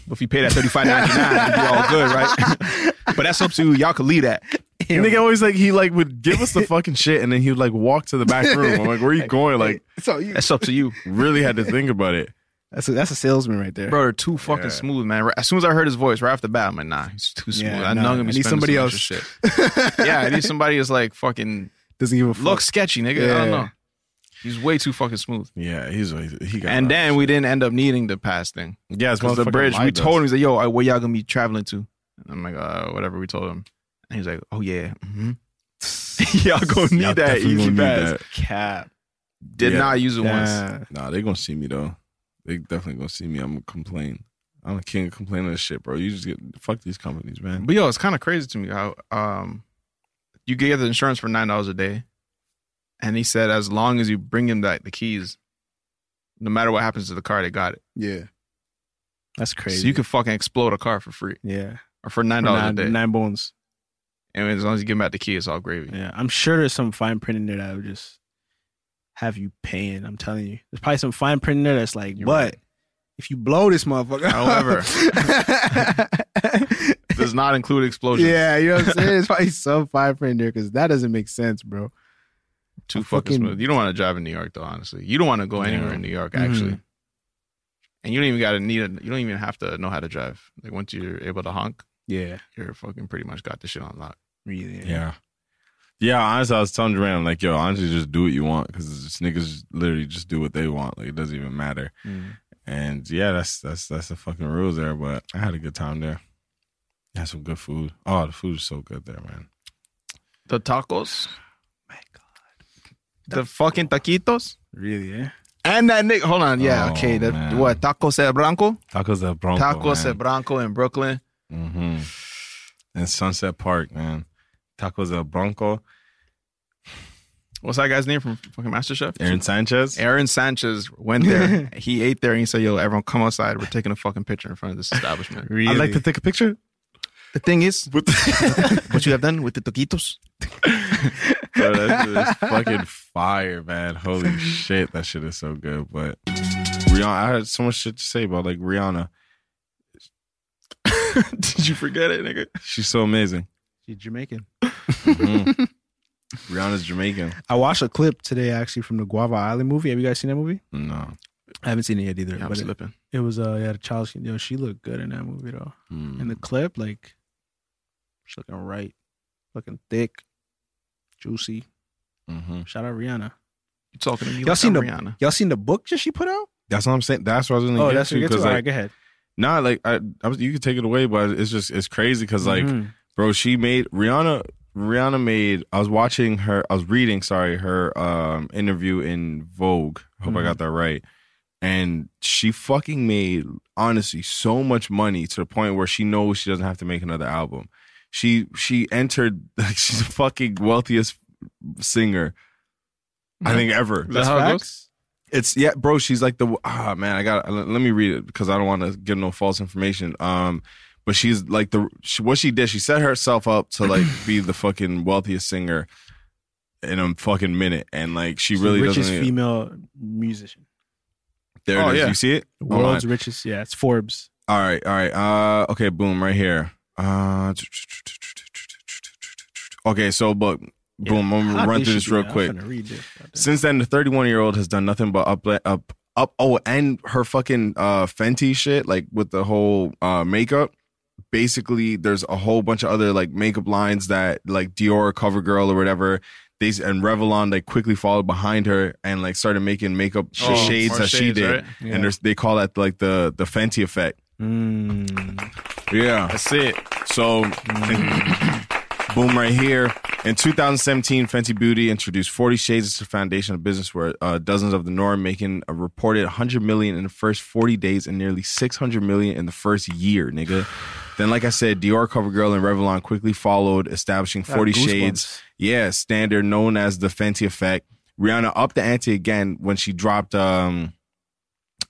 D: But if you pay that thirty five ninety nine, you all good, right? but that's up to you. Y'all can leave that.
G: And nigga always like he like would give us the fucking shit and then he would like walk to the back room. I'm like, where you going? Like
F: So you,
D: That's up to you,
G: really had to think about it.
F: that's a, that's a salesman right there.
D: bro. They're too fucking smooth, man. Right- As soon as I heard his voice, right off the bat, I'm like, nah, he's too smooth.
F: Yeah,
D: I know
F: nah,
D: I'm gonna
F: I
D: be
F: need
D: spending
F: somebody
D: so much
F: else.
D: of Shit. yeah, I need somebody that's like fucking
F: Doesn't give a fuck.
D: look sketchy, nigga. I don't
F: Yeah.
D: know. He's way too fucking smooth.
G: Yeah, he's he got
D: And then we didn't end up needing the pass thing
G: yeah,
D: because the bridge. We told him, he's like, "Yo, I- where y'all gonna be traveling to?" And I'm like, uh, "Whatever." We told him, and he's like, "Oh yeah, hmm y'all gonna need
G: Y'all
D: that
G: definitely gonna
D: easy
G: need
D: pass."
G: that.
D: Cap. Did
G: Yeah.
D: not use it once.
F: Nah.
G: Nah, they gonna see me though. They definitely gonna see me. I'm gonna complain. I'm a king of complaining this shit, bro. You just get fuck these companies, man.
D: But yo, it's kind of crazy to me how um you get the insurance for nine dollars a day, and he said as long as you bring him that the keys, no matter what happens to the car, they got it.
F: Yeah, that's crazy.
D: So you can fucking explode a car for free
F: yeah,
D: or for nine dollars a
F: nine,
D: day,
F: nine bones.
D: and as long as you give him back the key, it's all gravy.
F: Yeah, I'm sure there's some fine print in there that would just have you paying. I'm telling you, there's probably some fine print in there that's like, but if you blow this motherfucker,
D: However, does not include explosions.
F: yeah, you know what I'm saying. It's probably some fine print in there because that doesn't make sense, bro.
D: too fucking
F: fucking-
D: smooth. You don't want to drive in New York though, honestly. You don't want to go anywhere in New York actually. And you don't even gotta need it. You don't even have to know how to drive. Like once you're able to honk,
F: Yeah,
D: you're fucking pretty much got the shit on lock.
F: really.
G: Yeah. Yeah, honestly, I was telling Duran, like, yo, honestly, just do what you want because niggas literally just do what they want. Like, it doesn't even matter. And yeah, that's that's that's the fucking rules there. But I had a good time there. Had some good food. Oh, the food is so good there, man.
D: The tacos. The fucking taquitos.
F: really. Yeah,
D: And that nigga hold on, yeah,
G: Oh,
D: okay. The
G: man.
D: what tacos el branco?
G: Tacos at
D: Oh,
G: Bronco.
D: Tacos el
G: man.
D: branco in Brooklyn.
G: hmm And Sunset Park, man. Tacos at Bronco.
D: What's that guy's name from fucking MasterChef?
G: Aaron Sanchez.
D: Aaron Sanchez went there. he ate there and he said, Yo, everyone come outside. We're taking a fucking picture in front of this establishment.
G: I'd like to take a picture.
D: The thing is, what you have done with the taquitos?
G: Bro, that shit is fucking fire, man. Holy shit, that shit is so good. But Rihanna, I had so much shit to say about like Rihanna.
D: Did you forget it, nigga?
G: She's so amazing.
F: she's Jamaican. Mm-hmm.
G: Mhm. Rihanna's Jamaican.
F: I watched a clip today actually from the Guava Island movie. Have you guys seen that movie?
G: No.
F: I haven't seen it yet either.
D: Yeah, I'm
F: but it,
D: slipping.
F: it was uh, yeah, the child. She, yo, she looked good in that movie though.
G: Hmm.
D: Mm.
F: In the clip, like she's looking right, looking thick, juicy.
G: Mhm.
F: Shout out Rihanna.
D: You talking to me?
F: Y'all
D: like
F: seen
D: I'm
F: the-
D: Rihanna?
F: Y'all seen the book that she put out?
G: That's what I'm saying. That's what I was gonna
F: Oh,
G: get
F: that's
G: to.
F: what you get to.
G: Because
F: All right,
G: like,
F: go ahead.
G: nah, like I, I was, you could take it away, but it's just it's crazy because like
D: Mm-hmm.
F: Mhm.
G: bro she made rihanna rihanna made i was watching her i was reading sorry her um interview in vogue hope
D: Mm-hmm.
G: i got that right and she fucking made honestly so much money to the point where she knows she doesn't have to make another album she she entered like she's the fucking wealthiest singer i think ever
D: That's how it goes?
G: it's yeah, bro. She's like the ah man. I got. to Let me read it because I don't want to give no false information. Um, but she's like the she, what she did. She set herself up to like be the fucking wealthiest singer in a fucking minute, and like she
F: She's the
G: really
F: richest
G: doesn't.
F: female musician.
G: there
D: Oh,
G: it is.
D: yeah.
G: You see it?
F: The
G: Hold on.
F: world's richest. Yeah, it's Forbes.
G: All right, all right. Uh, okay, boom, right here. Uh, okay, so but boom, I'm
F: Hot
G: gonna run
F: dish
G: through
F: should
G: this
F: be-
G: real
F: I'm
G: quick.
F: finna read this.
G: Since then, the 31 year old has done nothing but up, up, up. Oh, and her fucking uh, Fenty shit, like with the whole uh, makeup. Basically, there's a whole bunch of other like makeup lines that like Dior, CoverGirl, or whatever. They and Revlon like quickly followed behind her and like started making makeup sh-
D: Oh,
G: shades
D: more
G: that she
D: shades,
G: did.
D: right?
F: Yeah.
G: And there's, they call that like the the Fenty effect.
F: Mm.
G: Yeah.
D: That's it. Mm.
G: So, boom, right here. In 2017, Fenty Beauty introduced 40 Shades as the foundation of business, where uh, dozens of the norm, making a reported 100 million in the first 40 days and nearly 600 million in the first year, nigga. Then, like I said, Dior, CoverGirl, and Revlon quickly followed, establishing 40 Shades, yeah, standard known as the Fenty effect. Rihanna upped the ante again when she dropped um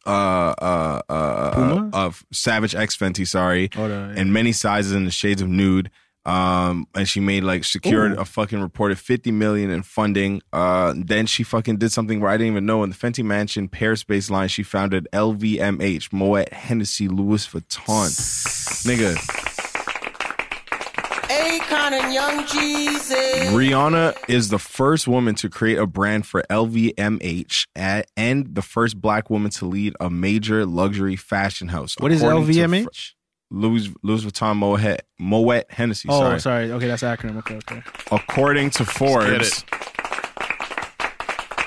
G: uh uh uh,
F: Puma?
G: of Savage X Fenty, sorry
F: Oh, the-
G: in many sizes and the shades of nude. Um, and she made like secured a fucking reported 50 million in funding. Uh, then she fucking did something where I didn't even know in the Fenty Mansion Paris based line, she founded LVMH, Moet Hennessy Louis Vuitton. Nigga,
K: Akon and Young Jeezy.
G: Rihanna is the first woman to create a brand for LVMH a- and the first black woman to lead a major luxury fashion house.
F: What is
G: According to
F: LVMH?
G: Fr- Louis, Louis Vuitton Moet, Moet Hennessy.
F: oh, sorry.
G: sorry.
F: Okay, that's an acronym. Okay, okay.
G: According to Forbes,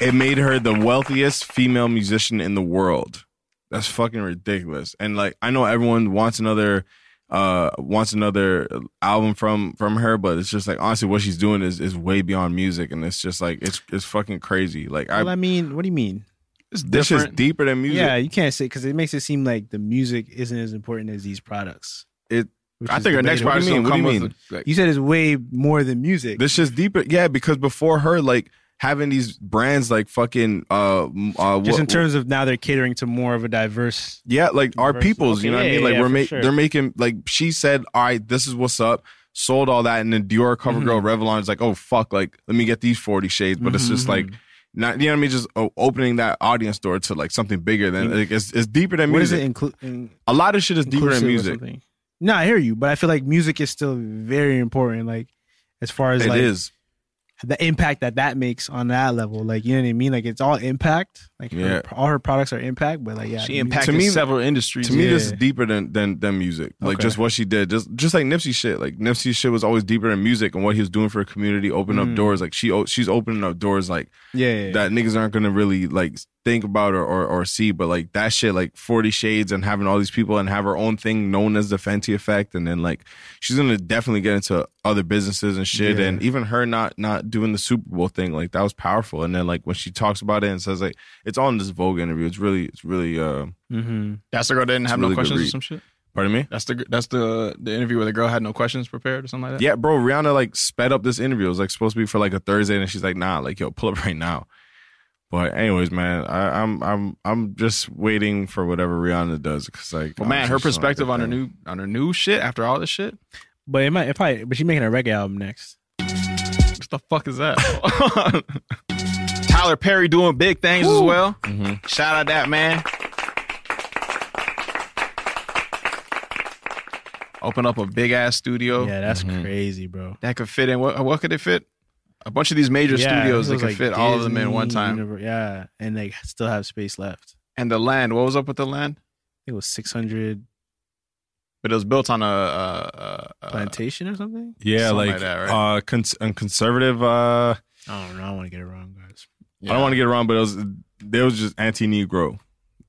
G: it. made her the wealthiest female musician in the world. That's fucking ridiculous. And like, I know everyone wants another, uh, wants another album from from her, but it's just like honestly, what she's doing is is way beyond music, and it's just like it's it's fucking crazy. Like, I,
F: well, I mean, what do you mean?
D: It's
G: this is
D: different.
G: deeper than music.
F: Yeah, you can't say because it makes it seem like the music isn't as important as these products.
G: It-
F: which
D: I
F: is
D: think our next
F: debatable.
D: part is
G: mean?
D: gonna
G: What do
D: come
G: you
D: with
G: mean?
D: like,
F: You said it's way more than music.
G: This shit's deeper. Yeah, because before her, like having these brands like fucking uh, m- uh
F: just in
G: what-
F: terms of now they're catering to more of a diverse.
G: Yeah, like our
F: Versus-
G: peoples, you know
F: okay,
G: what I
F: yeah,
G: mean? Like
F: yeah,
G: we're
F: for
G: making,
F: sure.
G: they're making, like she said, all right, this is what's up.
F: Mm-hmm. Mm-hmm,
G: Sold all that, and then Dior, CoverGirl, Revlon is like, oh fuck, like let me get these forty shades, but it's just like Not you know what I mean. Just o- opening that audience door to like something bigger than like, it's, it's deeper than
F: Mm-hmm. What is
G: music.
F: it inclu-
G: a lot of shit is deeper
F: inclusive
G: than
F: or
G: music.
F: something? No, I hear you, but I feel like music is still very important. Like as far as
G: It
F: like
G: is.
F: the impact that that makes on that level. Like you know what I mean? Like it's all impact. Like her,
G: Yeah.
F: all her products are impact, but like yeah,
G: To
F: the music-
G: me- To me, this is
F: Yeah.
G: deeper than than than music. Like
F: Okay.
G: just what she did, just just like Nipsey shit. Like Nipsey shit was always deeper than music and what he was doing for a community, opening
F: Mm.
G: up doors. Like she o- she's opening up doors like
F: Yeah, yeah, yeah.
G: that niggas aren't gonna really like think about or, or or see. But like that shit, like Forty Shades and having all these people and have her own thing known as the Fenty Effect, and then like she's gonna definitely get into other businesses and shit.
F: Yeah.
G: And even her not not doing the Super Bowl thing, like that was powerful. And then like when she talks about it and says like it's on this Vogue interview, it's really it's really. uh
F: Mm-hmm.
D: That's the girl that didn't
G: It's
D: have
G: really
D: no
G: good
D: questions or
G: read.
D: some shit.
G: Pardon me.
D: That's the that's the the interview where the girl had no questions prepared or something like that.
G: Yeah, bro, Rihanna like sped up this interview. It was like supposed to be for like a Thursday, and she's like, nah, like yo, pull up right now. But anyways, man, I, I'm I'm I'm just waiting for whatever Rihanna does because like,
D: But
G: I'm
D: man, her
G: just not
D: perspective
G: that
D: on her
G: thing.
D: new on her new shit after all this shit.
F: But it might, it probably, but she's making a reggae album next.
D: What the fuck is that? Tyler Perry doing big things as well.
F: Mm-hmm.
D: Shout out that man. Open up a big ass studio.
F: Yeah, that's crazy, bro.
D: That could fit in. What what could it fit? A bunch of these major
F: Yeah,
D: studios
F: it
D: that
F: was
D: could
F: like
D: fit all of them in one
F: Disney,
D: time.
F: Univer- yeah, and they still have space left.
D: And the land. What was up with the land?
F: It was six hundred
D: But it was built on a, a, a, a
F: plantation or something.
G: yeah,
D: something
G: like,
D: like that,
G: uh, cons- and conservative. Uh,
F: I don't know. I want to get it wrong, guys.
G: I don't want to get around, but it was there was just anti-Negro.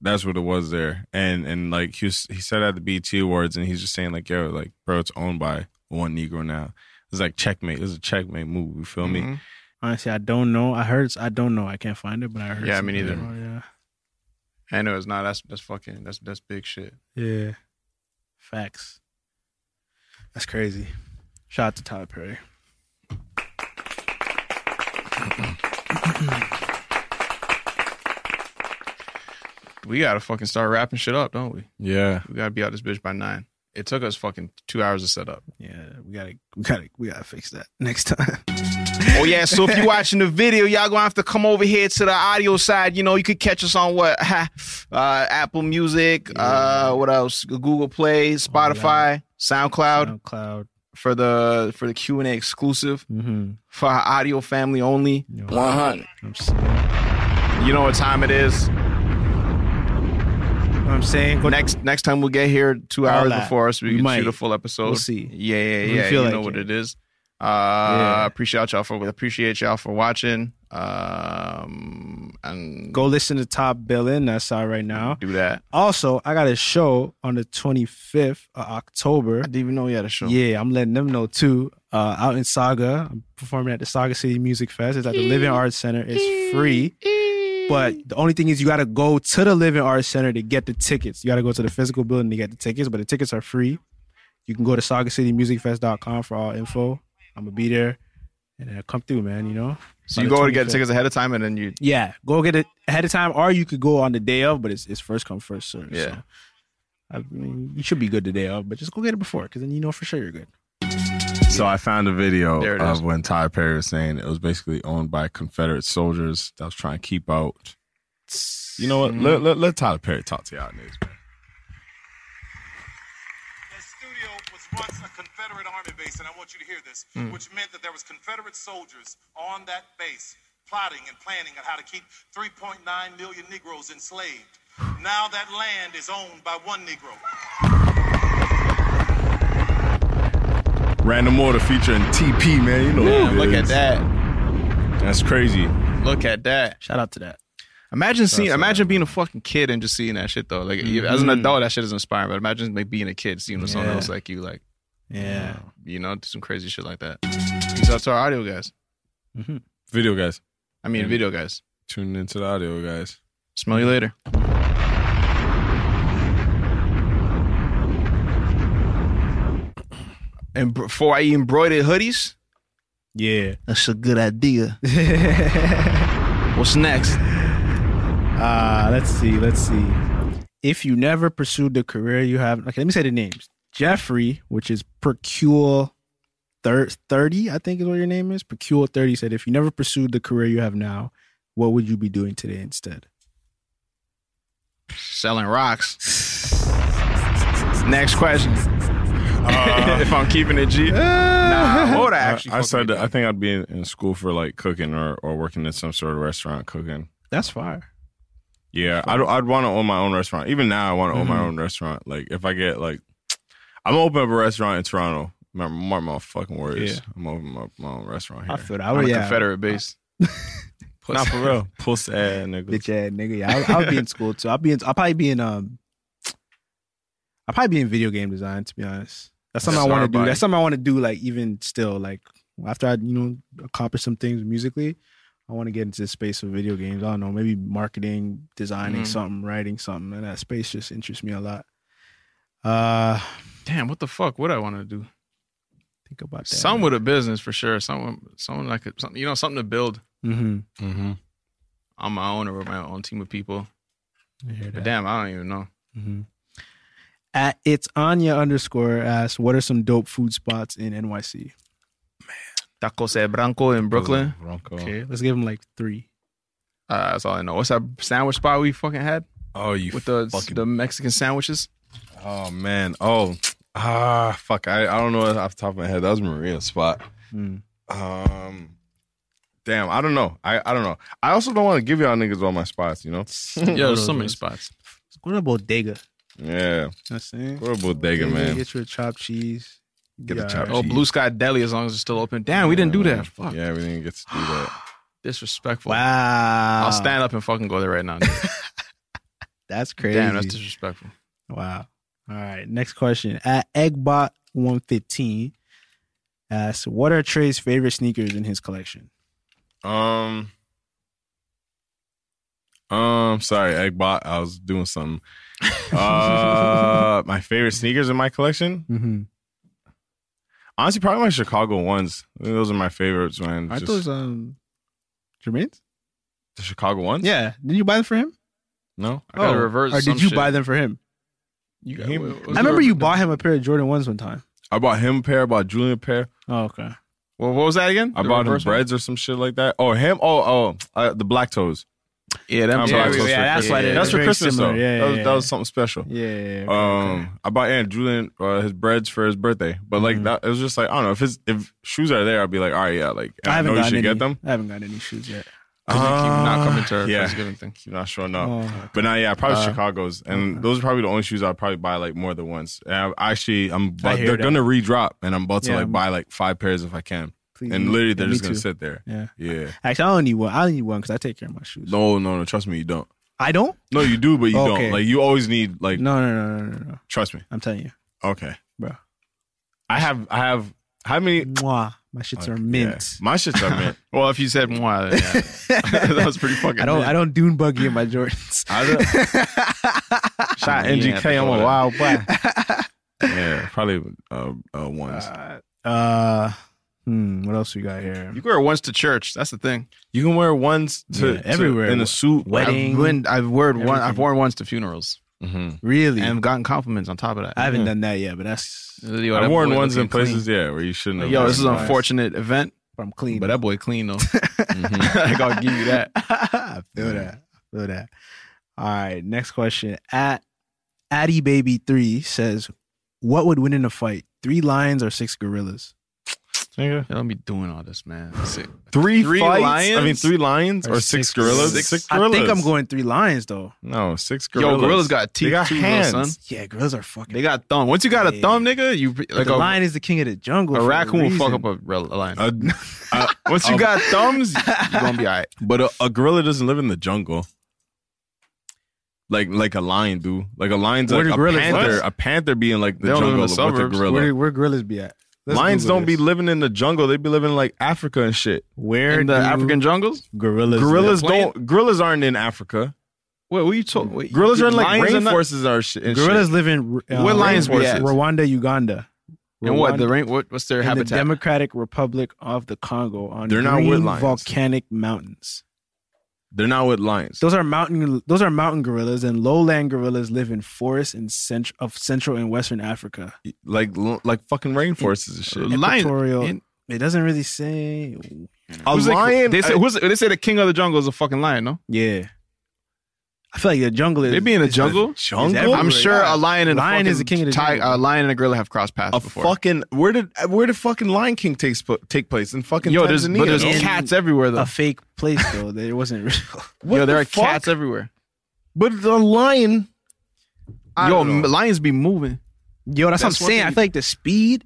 G: That's what it was there, and and like he was, he said at the BT Awards, and he's just saying like, yo, like bro, it's owned by one Negro now. It's like checkmate. It's a checkmate move. You feel me?
D: Mhm.
F: Honestly, I don't know. I heard. I don't know. I can't find it, but I heard.
D: Yeah, me
F: something
D: neither.
F: about it, yeah.
D: I know it's not. That's that's fucking. That's that's big shit.
F: Yeah. Facts. That's crazy. Shout out to Tyler Perry.
D: We gotta fucking start wrapping shit up, don't we?
G: Yeah.
D: We gotta be out this bitch by nine. It took us fucking two hours to set up.
F: Yeah, we gotta we gotta we gotta fix that next time.
D: Oh yeah, so if you're watching the video, y'all gonna have to come over here to the audio side. You know, you could catch us on what uh, Apple Music, uh, what else? Google
F: Oh,
D: Play, Spotify, SoundCloud
F: SoundCloud.
D: for the for the Q and A exclusive
F: Mm-hmm.
D: for our audio family only.
F: One
D: hundred.
F: I'm, s-
D: You know what time it is.
F: I'm saying go
D: Next next time we'll get here two
F: All
D: hours
F: that.
D: before us. We,
F: We
D: can
F: might.
D: shoot a full episode.
F: We'll see.
D: Yeah, yeah,
F: We
D: yeah. you
F: feel like
D: know what it
F: it.
D: is. Uh,
F: Yeah.
D: Appreciate y'all for appreciate y'all for watching. Um, and
F: go listen to Top Billin. That's out right now.
D: do that.
F: Also, I got a show on the 25th of October.
D: I didn't even know you had a show.
F: Yeah, I'm letting them know too. Uh, out in Saga, I'm performing at the Saga City Music Fest. It's at the Living Arts Center. It's free, but the only thing is you got to go to the Living Arts Center to get the tickets. You got to go to the physical building to get the tickets, but the tickets are free. You can go to sagacitymusicfest.com for all info. I'm gonna be there, and uh, come through, man. You know.
D: So
F: On
D: you
F: the
D: go to get
F: 25th.
D: tickets ahead of time, and then you
F: Yeah, go get it ahead of time, or you could go on the day of, but it's it's first come first serve.
D: Yeah.
F: so. I mean, you should be good the day of, but just go get it before, because then you know for sure you're good.
G: So I found a video
D: There it
G: of
D: is.
G: when Tyler Perry was saying it was basically owned by Confederate soldiers that was trying to keep out. You know what? Let, let, let Tyler Perry talk to y'all niggas, man.
L: That studio was once a Confederate Army base, and I want you to hear this,
F: Hmm.
L: which meant that there was Confederate soldiers on that base plotting and planning on how to keep 3.9 million Negroes enslaved. Now that land is owned by one Negro.
G: Random Order featuring TP, man. You know
D: Damn,
G: who it
D: look at
G: is.
D: that,
G: That's crazy.
D: look at that.
F: Shout out to that.
D: Imagine seeing, imagine being a fucking kid and just seeing that shit though. Like you- as an adult, that shit is inspiring. But imagine like being a kid, seeing someone
F: Yeah.
D: else like you, like
F: Yeah.
G: Oh.
D: you know, do some crazy shit like that. Peace out to our audio guys.
G: Video, guys.
D: I mean, video guys.
G: Tune into the audio, guys.
D: Smell you later. And br- for I embroidered hoodies,
F: Yeah.
D: that's a good idea. What's next?
F: Uh, let's see. Let's see. If you never pursued the career you have, okay, let me say the names. Jeffrey, which is Percule thir- 30, I think is what your name is. Percule 30 said, if you never pursued the career you have now, what would you be doing today instead?
D: Selling rocks. Next question. if I'm keeping it G, nah, what would I actually?
G: Uh, I, I said that I think I'd be in, in school for like cooking or, or working in some sort of restaurant cooking.
F: That's fire.
G: Yeah, I'd, I'd want to own my own restaurant. Even now, I want to own
D: Mm-hmm.
G: my own restaurant. Like, if I get like, I'm gonna open up a restaurant in Toronto. My, my, my fucking words.
D: Yeah.
G: I'm opening my, my own restaurant here.
F: I feel that. I
G: I'm
F: would-
G: a
F: yeah.
G: Confederate base. Not for real. Puss ass niggas.
F: Bitch ass nigga. Yeah, I'll, I'll be in school too. I'll be in. I'll probably be in. Um, I'll probably be in video game design. To be honest, that's something
D: That's
F: I want to do.
D: everybody.
F: That's something I want to do. Like even still, like after I you know accomplish some things musically, I want to get into the space of video games. I don't know, maybe marketing, designing
D: Mhm.
F: something, writing something, and that space just interests me a lot. Uh,
D: Damn, what the fuck would I want to do?
F: think about that.
D: Some with a business for sure. Someone, someone I could, something, you know, something to build
F: Mm-hmm.
G: Mm-hmm.
D: on my own or with my own team of people.
F: I hear
D: But damn, I don't even know.
F: hmm At it's Anya underscore asks, what are some dope food spots in NYC?
D: Tacos El Branco in Brooklyn.
G: Bronco.
F: Okay, let's give them like three.
D: Uh, that's all I know. What's that sandwich spot we fucking had
G: Oh, you
D: with the
G: fucking-
D: the Mexican sandwiches?
G: Oh man. Oh. Ah fuck. I, I don't know off the top of my head. That was Maria's spot.
F: Mm.
G: Um Damn, I don't know. I, I don't know. I also don't want to give y'all niggas all my spots, you know?
D: Yeah, there's so many spots.
F: Let's go to Bodega.
G: Yeah.
F: That's it.
G: Go to Bodega, man.
F: Get your chopped cheese.
G: Get the
F: Yeah.
G: chopped
D: Oh, Blue Sky Deli, as long as it's still open. Damn, we didn't do that. Fuck,
G: Yeah, we didn't get to do that.
D: disrespectful.
F: Wow.
D: I'll stand up and fucking go there right now. dude.
F: That's crazy.
D: Damn, that's disrespectful.
F: wow. All right. Next question. At Eggbot115 asks, what are Trey's favorite sneakers in his collection?
G: Um Um sorry, Eggbot. I was doing something. Uh my favorite sneakers in my collection?
F: Mm-hmm.
G: Honestly, probably my Chicago ones. I think those are my favorites, man.
F: Aren't
G: Just
F: those um Jermaine's?
G: the Chicago ones?
F: Yeah. Did you buy them for him?
G: No?
D: I gotta
F: Oh,
D: reverse.
F: Or
D: some
F: did you
D: shit.
F: buy them for him?
D: You
G: He-
D: what-
F: I
D: what-
F: remember you bought him a pair of Jordan ones one time.
G: I bought him a pair. I bought Julian a pair.
F: Oh, okay.
D: Well, what was that again?
G: I
D: The
G: bought him
D: reverse one?
G: breads or some shit like that. Oh, him. Oh, oh, uh, the black toes.
D: Yeah,
F: Oh,
D: them
G: I'm
D: yeah,
G: black toes
D: yeah,
G: for
D: that's
G: Christmas.
D: why
F: they're
G: That's for
F: very
G: Christmas
F: similar.
G: though.
F: Yeah,
G: that, was,
F: yeah,
G: that was
F: yeah.
G: something special.
F: Yeah. yeah, yeah. Okay.
G: Um, I bought Aunt Julian uh, his breads for his birthday, but like
F: Mhm.
G: that, it was just like I don't know if his if shoes are there, I'd be like, all right, yeah, like
F: I
G: I,
F: haven't
G: know you
F: gotten
G: should
F: any,
G: get them.
F: I haven't gotten any shoes yet.
D: 'Cause you keep not coming to
G: Uh,
D: our
G: yeah.
D: Thanksgiving thing.
G: You're not showing up.
F: Oh.
G: But now, yeah, probably
D: Uh,
G: Chicago's, and those are probably the only shoes I'd probably buy like more than once. And I actually, I'm about,
F: hear
G: they're
F: that.
G: gonna redrop, and I'm about to
F: Yeah,
G: like
F: I'm-
G: buy like five pairs if I can,
F: Please.
G: and literally
F: Yeah,
G: they're
F: me
G: just gonna
F: too.
G: sit there.
F: Yeah.
G: Yeah.
F: Actually, I don't need one. I don't need one because I take care of my shoes.
G: No, no, no. Trust me, you don't.
F: I don't.
G: No, you do, but you
F: Okay.
G: don't. Like you always need like.
F: No, no, no, no, no, no.
G: Trust me.
F: I'm telling you,
G: Okay.
F: bro.
G: I have. I have. How many?
F: Mwah. My shits are mint.
G: Yeah. My shits are mint.
D: Well, if you said moi, then yeah. that was pretty fucking.
F: I don't.
D: mint.
F: I don't dune buggy in my Jordans.
G: I don't, shout
D: Yeah,
G: NGK. I'm
D: that's
G: a
D: what-
G: wild boy. yeah, probably uh, uh ones.
F: uh, hmm. What else we got here?
D: You can wear ones to church. That's the thing.
G: you can wear ones to
F: Yeah,
G: to-
F: everywhere.
G: in a suit.
D: I've, worn- I've worn one. I've
F: Everything.
D: worn ones to funerals
G: hmm
F: Really?
D: and gotten compliments on top of that.
F: I haven't done that yet, but that's
D: Yo, that
G: I've worn
D: boy
G: ones in
D: looking clean.
G: places, yeah, where you shouldn't. have
D: Yo,
G: worn
D: this is an
G: them.
D: unfortunate event,
F: from clean.
D: but that boy clean though.
G: Mhm.
D: I gotta give you that.
F: I feel that. I feel that. All right. Next question. At Addy Baby Three says, "What would win in a fight? Three lions or six gorillas?
D: Yo, don't be doing all this, man. Sick.
G: Three,
D: Three
G: fights? I
D: lions?
G: mean, three lions or, six, gorillas?
D: six-
F: I think I'm going three lions though.
G: No, six gorillas.
D: Yo, gorillas got teeth
G: They got
D: too,
G: hands.
D: little son.
F: Yeah, gorillas are fucking.
D: They got thumb. Once you got a
F: Yeah.
D: thumb, nigga, you
F: But
D: like
F: the
D: a,
F: lion is the king of the jungle.
D: a
F: for
D: raccoon will fuck up
F: reason.
D: a, rel- a lion.
G: A- a-
D: Once you got thumbs, you're gonna be all right.
G: Um, But a, a gorilla doesn't live in the jungle. Like like a lion do. Like a lion's
F: Where
G: like
F: do
G: a
F: gorillas
G: panther.
F: live?
G: A panther be in like the
D: They don't live
G: jungle
D: in the
G: with a
D: suburbs.
G: gorilla.
F: Where, do- where gorillas be at? Let's
G: Lions
F: Google
G: don't be
F: this.
G: living in the jungle. They be living like Africa and shit.
F: Where
D: In the
F: do
D: African jungles?
F: gorillas?
G: Gorillas
D: Plain-
G: don't. Gorillas aren't in Africa.
D: Wait, what are you talking?
G: Gorillas are in like
D: Lions are not-
G: rainforests are shit.
F: live?
G: and
F: Gorillas
G: shit.
F: live in uh,
D: Where lions be at?
F: Rwanda, Uganda.
D: And what the
F: Rwanda-
D: rain? What, what's their
F: in
D: habitat?
F: the Democratic Republic of the Congo on
G: They're not
F: green
G: wood lions.
F: volcanic mountains.
G: They're not with lions.
F: Those are mountain those are mountain gorillas and lowland gorillas live in forests in cent- of central and western Africa.
G: Like like fucking rainforests and shit.
D: Lion-
F: Equatorial
D: in-
F: It doesn't really say.
D: A lion. they say who's, they say the king of the jungle is a fucking lion. No.
F: Yeah. I feel like the jungle is.
D: They be in the jungle.
F: jungle?
D: I'm sure a lion and
F: Lion
D: a fucking
F: is the king of the
D: ti-
F: jungle.
D: A lion and a gorilla have crossed paths
G: A
D: before.
G: fucking where did where did fucking Lion King takes pl- take place in fucking
D: Yo,
G: Tanzania?
D: there's- but there's
G: though.
D: cats everywhere though.
F: a fake place though. That it wasn't real.
G: What
D: Yo, there
G: the
D: are
G: fuck?
D: cats everywhere.
G: But the lion. I
D: Yo,
G: don't know.
D: m- lions be moving.
F: Yo, that's,
D: That's
F: what
D: one
F: I'm saying.
D: thing-
F: I feel like the speed,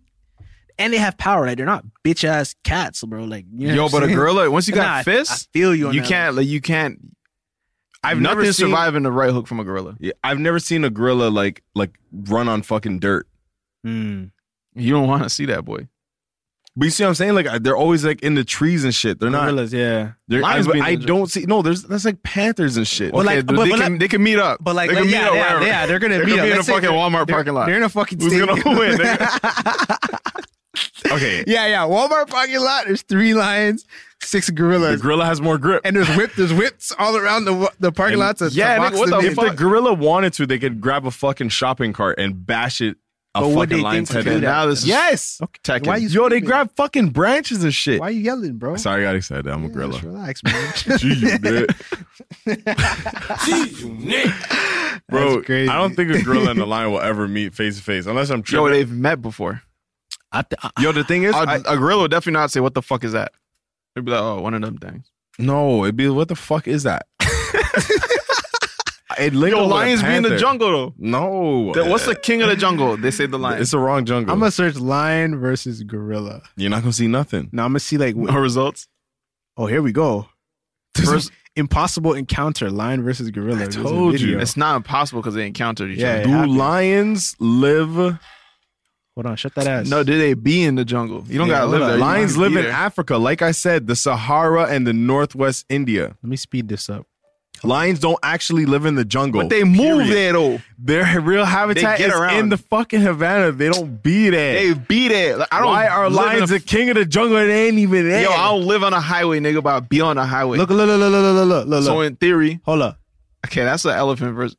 F: and they have power. Like they're not bitch ass cats, bro. Like you know
D: Yo,
F: what I'm
D: but a
F: saying?
D: gorilla once you
F: Nah, I-
D: got fists,
F: I feel you. On
D: you
F: that
D: can't. Like, you can't.
G: I've never
D: nothing
G: seen-
D: surviving the right hook from a gorilla.
G: Yeah, I've never seen a gorilla like like run on fucking dirt.
F: one. Mm.
D: You don't want to see that boy.
G: But you see what I'm saying? Like they're always like in the trees and shit. They're not.
F: Gorillas, yeah.
G: They're, I,
D: Lions be in
G: I
D: the-
G: don't see. No, there's that's like panthers and shit.
F: Well,
D: Okay,
F: like-
D: but
F: but-
D: they,
F: but
D: can,
F: like-
D: they can meet up.
F: But like,
D: they
F: like
D: can
F: yeah,
D: meet up
F: yeah,
D: wherever.
F: yeah, they're gonna
D: They
F: meet
D: could
F: up.
D: be in a
F: Let's say
D: fucking
F: they're-
D: Walmart
F: they're-
D: parking lot.
F: They're in a fucking
D: Who's
F: stadium.
D: gonna win,
G: okay,
F: yeah, yeah. Walmart parking lot. There's three lions, six
G: the
F: gorillas,
G: gorilla has more grip.
F: and there's whip. There's whips all around the wa- the parking
G: And-
F: lots. to- to
D: yeah,
F: box
D: nigga, what
F: them
D: the
F: in.
G: if the
D: fuck?
G: gorilla wanted to, they could grab a fucking shopping cart and bash it. A
F: But would
G: fucking
F: they
G: lion's head
F: think to do
G: in.
F: that?
D: Now this is
G: yes.
D: Tekken.
F: Why you
G: Yo, they
F: screaming?
G: grab fucking branches and shit.
F: Why you yelling, bro?
G: Sorry, I got excited. I'm a
F: Yeah,
G: gorilla.
F: just relax, man.
G: Gee, you bitch. Bro,
F: That's crazy.
G: I don't think a gorilla and a lion will ever meet face to face unless I'm
D: Yo,
G: tripping.
D: they've met before.
F: I th- I-
G: Yo, the thing is,
D: A
G: I-
D: a gorilla would definitely not say, "What the fuck is that?" They'd be like, "Oh, one of them things."
G: no, it'd be what the fuck is that? it linked
D: Yo,
G: up with a
D: lions be in the
G: panther.
D: jungle
G: No,
D: though. The- What's the king of the jungle? They say the lion.
G: It's the wrong jungle.
F: I'm gonna search lion versus gorilla.
G: You're not gonna see nothing.
F: Now I'm gonna see like,
D: No results.
F: oh, here we go.
D: First,
F: Impossible encounter, lion versus gorilla. I
G: told you.
D: it's not impossible because they encountered each
F: Yeah,
D: other.
F: it
G: Do
F: happened.
G: lions live?
F: Hold on, shut that ass.
D: No, do they be in the jungle? You don't
F: Yeah,
D: gotta live
F: hold
D: there.
F: on.
D: You
G: Lions
D: don't
G: live
D: be
G: in
D: there.
G: Africa, like I said, the Sahara and the Northwest India.
F: Let me speed this up.
G: Lions don't actually live in the jungle.
D: but they move
G: Period.
D: there though.
G: Their real habitat
D: get
G: is
D: around.
G: in the fucking Havana. They don't be there.
D: They be there. Like, I don't.
G: Why are
D: live in
G: lions
D: a-
G: the king of the jungle and they ain't even there?
D: Yo, I don't live on a highway, nigga, but I be on a highway.
F: Look, look, look, look, look, look, look, look.
D: so
F: look.
D: in theory,
F: Hold up.
D: okay, that's an elephant versus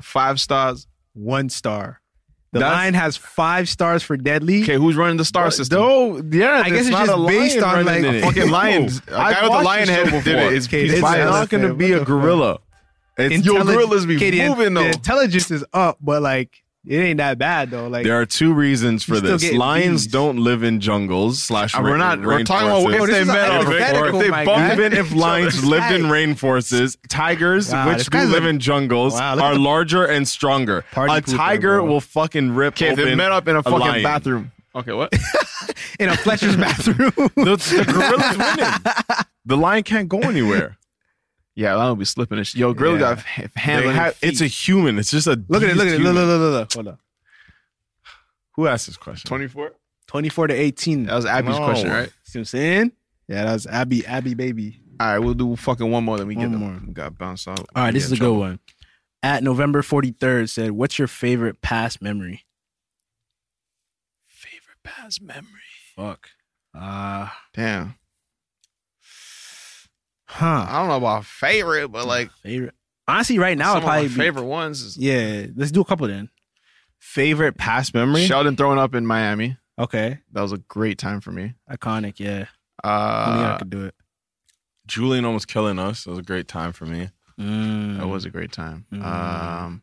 D: five stars.
F: One star. The
D: That's-
F: lion has five stars for deadly.
D: Okay, who's running the star
G: But
D: system?
G: No, Oh, yeah,
F: I
G: that's
F: guess it's
G: not
F: just
G: a
F: based
G: lion
F: on,
G: running
F: like,
G: in
F: a
G: it.
D: fucking
G: No.
D: lion. A
G: I've
D: guy with a
G: watched
D: lion
G: this show
D: head did it.
G: before.
D: It's-
F: Okay,
D: he's
G: It's
D: biased.
G: not going to be
F: What
G: a
F: the
G: gorilla. It's,
D: Yo,
F: Intelli-
D: gorillas be
F: Okay, the-
D: moving,
F: The
D: though.
F: intelligence is up, but like it ain't that bad though. Like
G: there are two reasons for
F: You still
G: this.
F: getting
G: Lions
F: bees.
G: don't live in jungles slash.
D: Uh, we're
G: rain-
D: not- we're talking about
G: rainforests.
D: if they
F: this is
D: met
F: a
D: on
G: Or-
F: hypothetical,
G: if they
F: my
G: bumped-
F: guy.
G: Even if lions
F: this
G: lived in
F: guy-
G: rainforests, tigers,
F: Wow,
G: which
F: this
G: do
F: guy's
G: live
F: a-
G: in jungles,
F: Wow, look at
G: are
F: the-
G: larger and stronger.
F: Party
G: A
F: pooper,
G: tiger
F: bro.
G: will fucking rip
D: Okay, if
G: open
D: they met up in a fucking
G: lion.
D: bathroom. Okay, what?
F: in a Fletcher's bathroom.
G: The, the gorilla's winning. The lion can't go anywhere.
D: yeah, I don't be slipping. And sh- Yo, gorilla got f-
G: They
D: handling.
G: have- it's a human. It's just a.
F: look at it, look at it, look,
G: human.
F: look, look, look, look. Hold up.
G: Who asked this question?
D: twenty four.
F: Twenty four to eighteen.
D: That was Abby's
G: No.
D: question, right?
F: See what I'm saying? Yeah, that was Abby, Abby baby.
D: All right, we'll do fucking one more. Then we
F: One
D: get them.
F: more.
D: We got bounced out.
F: All right,
D: We
F: this is
D: get
F: a
D: in
F: good
D: trouble.
F: one. At November 43rd said, "What's your favorite past memory?"
D: Favorite past memory.
F: Fuck. Uh,
D: Damn,
F: huh.
D: I don't know about favorite, but like
F: Favorite. Honestly, right now
D: some
F: it
D: of my
F: probably be-
D: favorite ones. Is
F: Yeah, let's do a couple then.
G: Favorite past memory?
D: Sheldon throwing up in Miami.
F: Okay,
D: That was a great time for me.
F: iconic. Yeah, Only I
D: Uh,
F: could do it.
G: Julian almost killing us. It was a great time for me.
F: Mm.
D: That was a great time.
F: Mm.
D: Um,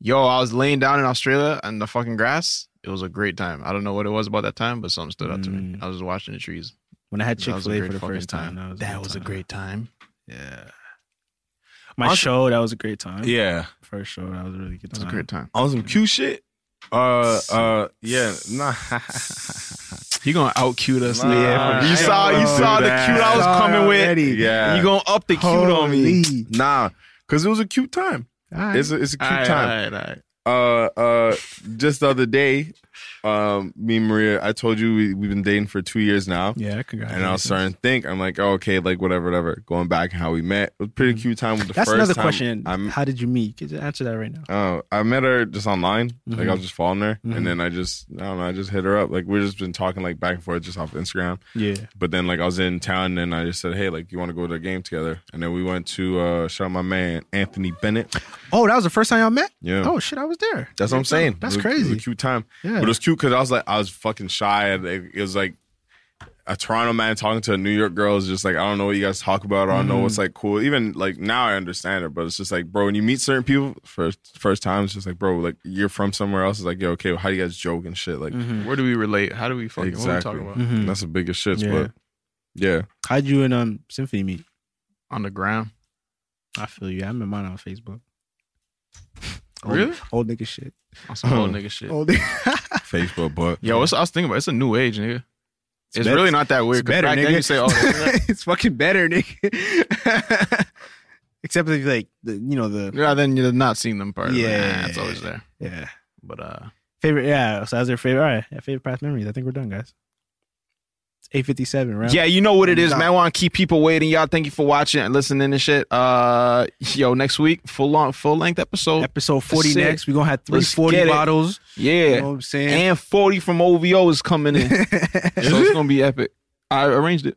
D: yo, I was laying down in Australia on the fucking grass. It was a great time. I don't know what it was about that time, but something stood out to me.
F: Mm.
D: I was just watching the trees.
F: when I had
D: That
F: Chick
D: was
F: Fil
D: a
F: A
D: great
F: for the
D: fucking
F: first
D: time.
F: time. That was,
D: That was a
F: time.
D: great time.
F: Yeah. My
G: Also-
F: show, that was a great time.
G: Yeah.
F: First show, that was a really good
D: That was
F: time.
D: a great time.
G: On some Q shit? Uh, uh, yeah. Nah.
D: He gonna out cute us.
G: Nah,
D: nigga.
G: I
D: you saw
G: don't
D: you saw
G: do
D: the
G: that.
D: cute I was
G: Sorry
D: coming with.
G: Yeah.
D: You gonna up the cute on me?
F: Holy.
G: nah. Because it was a cute time. It's a, it's a cute
D: All right,
G: time.
D: all right, all right.
G: uh uh just the other day um me and maria i told you we, we've been dating for two years now
F: Yeah, congratulations.
G: and i was starting to think i'm like oh, okay like whatever whatever going back and how we met it was a
D: Mm.
G: pretty cute time with the
F: That's
G: first
F: another
G: time
F: question.
G: i'm
F: How did you meet? Could you answer that right now?
G: Oh, I met her just online. Like I was just following her,
F: Mhm.
G: and then I just I don't know. I just hit her up. Like we've just been talking like back and forth just off Instagram.
F: Yeah.
G: But then like I was in town, and I just said, "Hey, like you want to go to a game together?" And then we went to uh shout out my man Anthony Bennett.
F: Oh, that was the first time y'all met?
G: Yeah,
F: Oh, shit, I was there.
G: that's what I'm saying.
F: That's
G: It was- it was a
F: crazy.
G: cute time.
F: Yeah.
G: But it was cute because I was like, I was fucking shy. And it, it was like a Toronto man talking to a New York girl is just like, I don't know what you guys talk about. Or I don't know
F: Mm-hmm.
G: what's like cool. Even like now I understand it, but it's just like, bro, when you meet certain people first first time, it's just like, bro, like you're from somewhere else. It's like, yo, okay, well, how do you guys joke and shit? Like,
F: Mm-hmm.
D: Mhm. Where do we relate? How do we fucking- what are we
G: exactly.
D: talking about? Mhm.
G: That's the biggest shits,
D: Yeah.
G: but yeah.
F: How'd you and um Symphony meet?
D: On the ground.
F: I feel you. I met mine on Facebook.
D: Really?
F: Old, old nigga shit.
D: On some old nigga shit.
F: Old nigga.
G: Facebook, but
D: Yo, what's, I was thinking about it's a new age, nigga. It's,
F: bet-
D: really not that weird.
F: It's
D: 'cause
F: better,
D: back
F: nigga.
D: then you say, oh,
F: it's fucking better, nigga. Except if like the you know the
D: yeah, then you're not seeing them part. Yeah,
F: Yeah.
D: it's always there.
F: Yeah.
D: But uh,
F: favorite. Yeah, so that's their favorite. All right, yeah, favorite past memories. I think we're done, guys. It's eight fifty seven, right?
D: yeah, you know what it is, man. I want to keep people waiting. Y'all, thank you for watching and listening and shit. Uh, yo, next week full long, full length episode.
F: Episode forty next. We gonna have three
D: Let's
F: forty
D: get it.
F: bottles.
D: Yeah,
F: You know what I'm saying?
D: and forty from OVO is coming in, so it's gonna be epic. I arranged it.